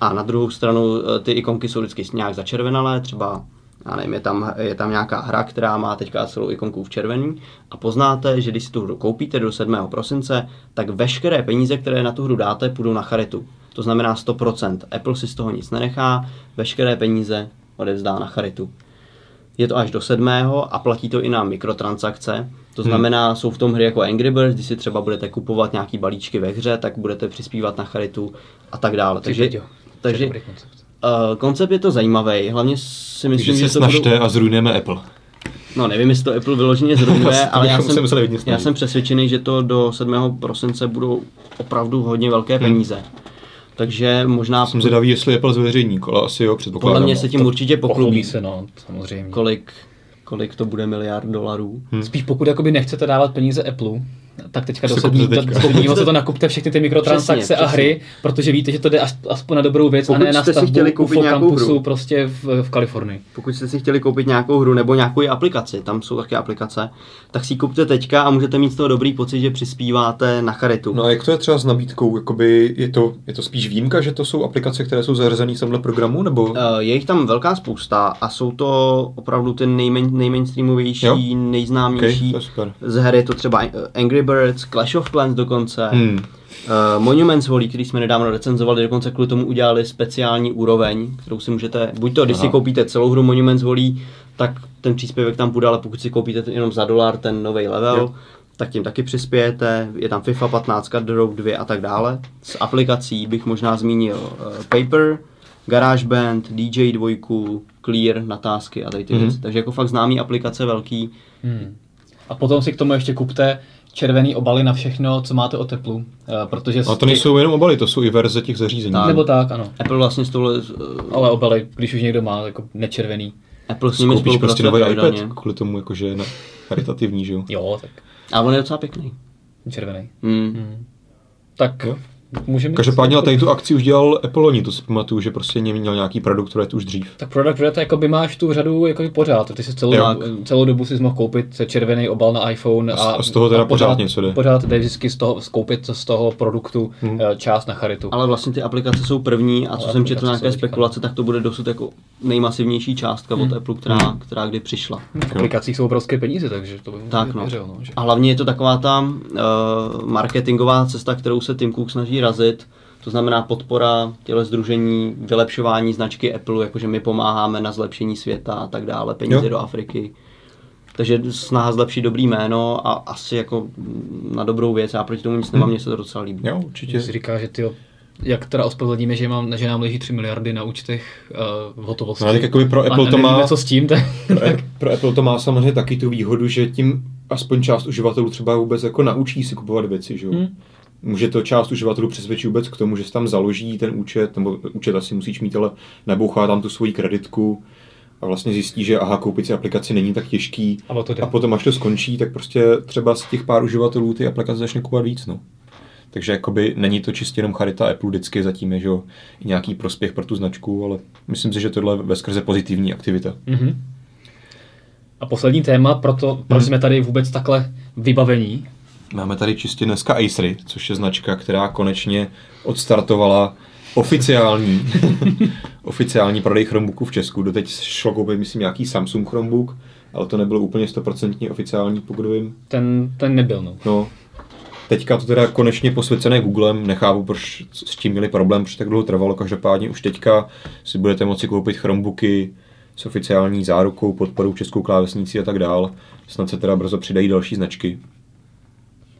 Speaker 2: a na druhou stranu eh, ty ikonky jsou vždycky nějak začervenalé, třeba já nevím, je tam, je tam nějaká hra, která má teďka celou ikonku v červený a poznáte, že když si tu hru koupíte do 7. prosince, tak veškeré peníze, které na tu hru dáte, půjdou na charitu. To znamená 100%. Apple si z toho nic nenechá, veškeré peníze odevzdá na charitu. Je to až do 7. a platí to i na mikrotransakce. To znamená, hmm. jsou v tom hry jako Angry Birds, když si třeba budete kupovat nějaký balíčky ve hře, tak budete přispívat na charitu a tak dále. Takže,
Speaker 3: Ty, jo. To
Speaker 2: takže
Speaker 3: je dobrý koncept.
Speaker 2: Uh, koncept je to zajímavý, hlavně si
Speaker 1: Takže
Speaker 2: myslím,
Speaker 1: se
Speaker 2: že to budou...
Speaker 1: snažte a zrujneme Apple.
Speaker 2: No nevím, jestli to Apple vyloženě zrovna,
Speaker 1: To
Speaker 2: ale já
Speaker 1: bychom se
Speaker 2: jsem,
Speaker 1: museli hodně
Speaker 2: já
Speaker 1: snažit.
Speaker 2: jsem přesvědčený, že to do 7. prosince budou opravdu hodně
Speaker 1: Hmm.
Speaker 2: velké peníze. Takže možná
Speaker 1: Jsem zvědavý, jestli Apple zveřejní kola, asi jo, předpokládám.
Speaker 2: podle mě se tím určitě
Speaker 3: Pochlubí
Speaker 2: pochlubí,
Speaker 3: se, no, samozřejmě.
Speaker 2: kolik, kolik to bude miliard dolarů.
Speaker 3: Hmm. Spíš pokud jakoby nechcete dávat peníze Apple, tak teďka do
Speaker 1: Tak se kupte teďka.
Speaker 3: sedmého se to nakupte všechny ty mikrotransakce
Speaker 2: Přesně,
Speaker 3: a hry, protože víte, že to jde as- aspoň na dobrou věc a
Speaker 2: Pokud
Speaker 3: ne na
Speaker 2: jste si
Speaker 3: stavbu
Speaker 2: chtěli koupit
Speaker 3: UFO
Speaker 2: nějakou
Speaker 3: kampusu
Speaker 2: hru.
Speaker 3: prostě v, v Kalifornii.
Speaker 2: Pokud jste si chtěli koupit nějakou hru nebo nějakou její aplikaci, tam jsou také aplikace, tak si ji kupte teďka a můžete mít z toho dobrý pocit, že přispíváte na charitu.
Speaker 1: No a jak to je třeba s nabídkou? Jakoby je, to, je to spíš výjimka, že to jsou aplikace, které jsou zařazené v tomhle programu? Nebo
Speaker 2: Eh, Je jich tam velká spousta a jsou to opravdu ty nejmen, nejmainstreamovější,
Speaker 1: Jo?
Speaker 2: nejznámější.
Speaker 1: Ok, to je super.
Speaker 2: Z her je to třeba eh, Angry Birds, Clash of Clans dokonce,
Speaker 1: Hmm.
Speaker 2: hmm. Monuments Valley, který jsme nedávno recenzovali, dokonce kvůli tomu udělali speciální úroveň, kterou si můžete, buď to, když Aha. si
Speaker 1: Aha.
Speaker 2: koupíte celou hru Monuments Valley, tak ten příspěvek tam půjde, ale pokud si koupíte ten jenom za dolar ten nový level,
Speaker 1: Jo.
Speaker 2: tak tím taky přispějete, je tam FIFA 15, Cut the Road 2 a tak dále. Z aplikací bych možná zmínil uh, Paper, GarageBand, DJ 2, Clear, natázky a tady ty mm-hmm.
Speaker 1: Mhm.
Speaker 2: věci. Takže jako fakt známý aplikace velký.
Speaker 3: Hmm. A potom si k tomu ještě kupte červený obaly na všechno, co máte o teplu, eh, protože...
Speaker 1: A
Speaker 3: z
Speaker 1: No to nejsou jenom obaly, to jsou i verze těch zařízení.
Speaker 2: Tak.
Speaker 3: Nebo tak, ano.
Speaker 2: Apple vlastně s touhle, uh,
Speaker 3: Ale obaly, když už někdo má jako nečervený,
Speaker 2: Apple s nimi
Speaker 1: Koupíš prostě
Speaker 2: spolupracuje
Speaker 1: nový iPad
Speaker 2: pravidelně.
Speaker 1: kvůli tomu, jakože je na charitativní, že jo?
Speaker 3: jo, tak
Speaker 2: A on je docela pěkný.
Speaker 3: červený.
Speaker 2: Mm.
Speaker 3: Hmm. Tak
Speaker 1: Jo.
Speaker 3: můžeme...
Speaker 1: Každopádně ale tady tu akci už dělal Apple loni, to si pamatuju, že prostě měl nějaký produkt, který je tu už dřív.
Speaker 3: Tak Product Red jakoby máš tu řadu jakoby pořád, ty si celou,
Speaker 1: Jo.
Speaker 3: dobu, celou dobu si mohl koupit červený obal na iPhone
Speaker 1: A z- a z toho teda pořád něco jde.
Speaker 3: Pořád jde vždycky z toho, skoupit z toho produktu hmm. část na charitu.
Speaker 2: Ale vlastně ty aplikace jsou první a co
Speaker 3: Ale
Speaker 2: jsem četl
Speaker 3: aplikace
Speaker 2: nějaké
Speaker 3: jsou teďka. Hmm.
Speaker 2: spekulace, tak to bude dosud jako nejmasivnější částka od Apple, která, která kdy přišla.
Speaker 3: v aplikacích jsou obrovské peníze, takže to bych
Speaker 2: Tak no.
Speaker 3: věřil. No, že...
Speaker 2: A hlavně je to taková ta uh, marketingová cesta, kterou se Tim Cook snaží razit, to znamená podpora těle združení, vylepšování značky Apple, jakože my pomáháme na zlepšení světa a tak dále, peníze
Speaker 1: Jo.
Speaker 2: do Afriky. Takže snaha zlepšit dobrý jméno a asi jako na dobrou věc, já proti tomu nic nemám, mně se to docela líbí.
Speaker 1: Hm. Jo, určitě.
Speaker 3: Že si říká, že ty jak teda ospravedlníme, že, mám, že nám leží 3 miliardy na účtech uh, v hotovosti.
Speaker 1: No, tak jakoby pro Apple
Speaker 3: a,
Speaker 1: to má-
Speaker 3: nevíme, co s tím, tak...
Speaker 1: Pro, App- pro Apple to má samozřejmě taky tu výhodu, že tím aspoň část uživatelů třeba vůbec jako naučí si kupovat věci, že jo.
Speaker 3: Hmm.
Speaker 1: Může to část uživatelů přesvědčit vůbec k tomu, že si tam založí ten účet, nebo účet asi musíš mít, ale nebouchá tam tu svoji kreditku a vlastně zjistí, že aha, koupit si aplikaci není tak těžký.
Speaker 3: A o to jde.
Speaker 1: a potom, až to skončí, tak prostě třeba z těch pár uživatelů ty aplikace začne kupovat víc, no. Takže jakoby není to čistě jenom charita Apple, vždycky zatím je, že jo, i nějaký prospěch pro tu značku, ale myslím si, že tohle je ve skrze pozitivní aktivita.
Speaker 3: Mhm. A poslední téma,
Speaker 1: Mhm.
Speaker 3: proto, proč jsme tady vůbec takhle vybavení,
Speaker 1: Máme tady čistě dneska Acery, což je značka, která konečně odstartovala oficiální, oficiální prodej Chromebooků v Česku. Doteď šlo koupit, myslím, nějaký Samsung Chromebook, ale to nebylo úplně stoprocentně oficiální, pokud vím.
Speaker 3: ten, ten nebyl. No.
Speaker 1: No, teďka to teda konečně posvěcené Googlem, nechápu, proč s tím měli problém, protože tak dlouho trvalo. Každopádně už teďka si budete moci koupit Chromebooky s oficiální zárukou, podporou českou klávesnici a tak dál. Snad se teda brzo přidají další značky.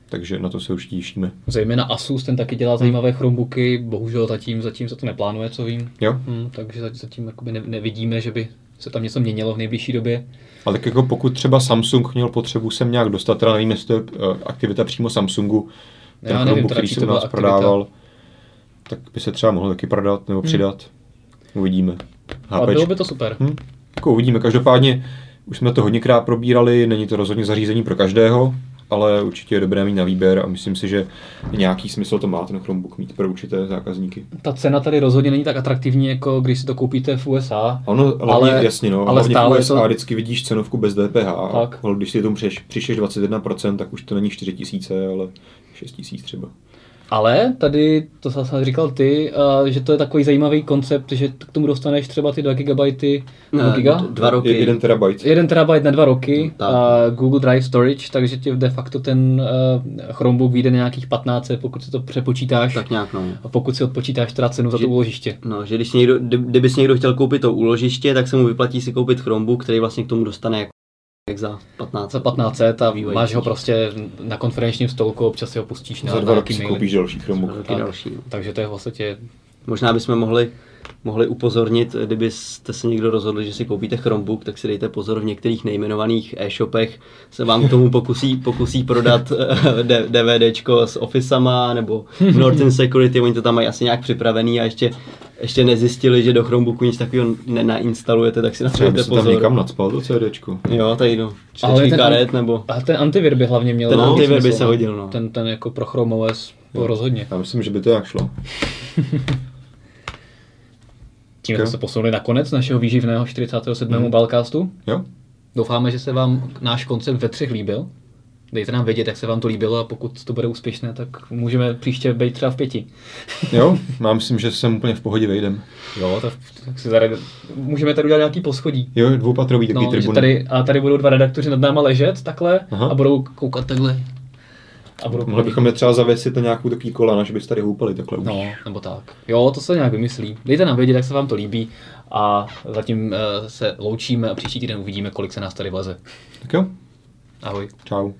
Speaker 1: takže na to se určitě těšíme.
Speaker 3: Zejména Asus, ten taky
Speaker 1: Mhm.
Speaker 3: dělá zajímavé Chromebooky, bohužel zatím, zatím se to neplánuje, co vím.
Speaker 1: Jo.
Speaker 3: Hmm, takže zatím, zatím jakoby ne, nevidíme, že by se tam něco měnilo v nejbližší době.
Speaker 1: Ale tak jako pokud třeba Samsung měl potřebu sem nějak dostat, teda nevím, jestli to je eh, aktivita přímo Samsungu, ten
Speaker 3: Já nevím,
Speaker 1: Chromebook,
Speaker 3: teda,
Speaker 1: který
Speaker 3: čí
Speaker 1: se
Speaker 3: to
Speaker 1: u nás
Speaker 3: byla aktivita. Hmm.
Speaker 1: prodával, tak by se třeba mohl taky prodat nebo přidat. Uvidíme.
Speaker 3: A bylo by to super.
Speaker 1: Hm? Jako uvidíme. Každopádně už jsme to hodněkrát probírali, není to rozhodně zařízení pro každého, ale určitě je dobré mít na výběr a myslím si, že nějaký smysl to má ten Chromebook mít pro určité zákazníky.
Speaker 3: Ta cena tady rozhodně není tak atraktivní, jako když si to koupíte v USA.
Speaker 1: Ono, hlavně, ale, jasně, no, ale hlavně stále v USA
Speaker 3: to-
Speaker 1: vždycky vidíš cenovku bez DPH,
Speaker 3: Tak.
Speaker 1: ale když si tomu přiš, přišeš 21%, tak už to není 4 tisíce, ale 6 tisíc třeba.
Speaker 3: Ale tady, to zase říkal ty, a že to je takový zajímavý koncept, že k tomu dostaneš třeba ty 2 GB,
Speaker 2: Ne,
Speaker 3: no, giga?
Speaker 2: Eh, d- Dva roky.
Speaker 1: Je, 1 terabyte.
Speaker 3: 1 TB na dva roky,
Speaker 2: Tak.
Speaker 3: a Google Drive Storage, takže ti de facto ten eh, Chromebook vyjde na nějakých 15, pokud si to přepočítáš.
Speaker 2: Tak nějak, no.
Speaker 3: A pokud si odpočítáš teda cenu za to
Speaker 2: Že-
Speaker 3: úložiště.
Speaker 2: No, že když někdo, kdy- kdyby si někdo chtěl koupit to úložiště, tak se mu vyplatí si koupit Chromebook, který vlastně k tomu dostane jako jak za 15.
Speaker 3: Za 1500 a
Speaker 2: Vývoj.
Speaker 3: máš ho prostě na konferenčním stolku, občas si ho pustíš na
Speaker 1: Za dva
Speaker 3: na
Speaker 1: roky
Speaker 3: nějaký
Speaker 1: si
Speaker 3: maily.
Speaker 1: koupíš další Chromebook.
Speaker 2: Roky
Speaker 3: Tak.
Speaker 2: další. no.
Speaker 3: Takže to je vlastně
Speaker 2: Možná bychom mohli, mohli upozornit, kdybyste se někdo rozhodli, že si koupíte Chromebook, tak si dejte pozor, v některých nejmenovaných e-shopech se vám k tomu pokusí, pokusí prodat eh, D- DVDčko s Officema nebo Norton Security, oni to tam mají asi nějak připravený a ještě, ještě nezjistili, že do Chromebooku nic takového nenainstalujete, tak si na to
Speaker 1: Třeba
Speaker 2: dejte
Speaker 1: by se tam
Speaker 2: pozor.
Speaker 1: někam nadspal to CDčko.
Speaker 2: Jo, tady no,
Speaker 3: Ale
Speaker 2: čtyřky
Speaker 3: ten-
Speaker 2: karet nebo...
Speaker 3: A ten antivir by hlavně měl.
Speaker 2: Ten
Speaker 3: nějaký
Speaker 2: antivir by
Speaker 3: smysl,
Speaker 2: se
Speaker 3: no.
Speaker 2: hodil, no.
Speaker 3: Ten, ten jako pro Chrome OS byl rozhodně.
Speaker 1: Já myslím, že by to jak šlo.
Speaker 3: Tím
Speaker 1: Jo.
Speaker 3: jsme se posunuli na konec našeho výživného 47.
Speaker 1: Mhm.
Speaker 3: Mm. Balcastu.
Speaker 1: Jo?
Speaker 3: Doufáme, že se vám náš koncept ve třech líbil. Dejte nám vědět, jak se vám to líbilo a pokud to bude úspěšné, tak můžeme příště být třeba v pěti.
Speaker 1: Jo? Já myslím, že jsem úplně v pohodě vejdem.
Speaker 3: Jo, tak, tak si zare... můžeme tady udělat nějaký poschodí.
Speaker 1: Jo, dvoupatrový takový
Speaker 3: No, že
Speaker 1: tribun.
Speaker 3: tady, a tady budou dva redaktoři nad náma ležet takhle
Speaker 1: Aha.
Speaker 3: Aha. a budou koukat takhle. A budou
Speaker 1: Mohli bychom je třeba zavěsit na nějakou takový kolana, že by se tady houpali takhle.
Speaker 3: No, nebo tak. Jo, to se nějak vymyslí. Dejte nám vědět, jak se vám to líbí a zatím eh, se loučíme a příští týden uvidíme, kolik se nás tady vleze.
Speaker 1: Tak jo,
Speaker 3: Ahoj.
Speaker 1: čau.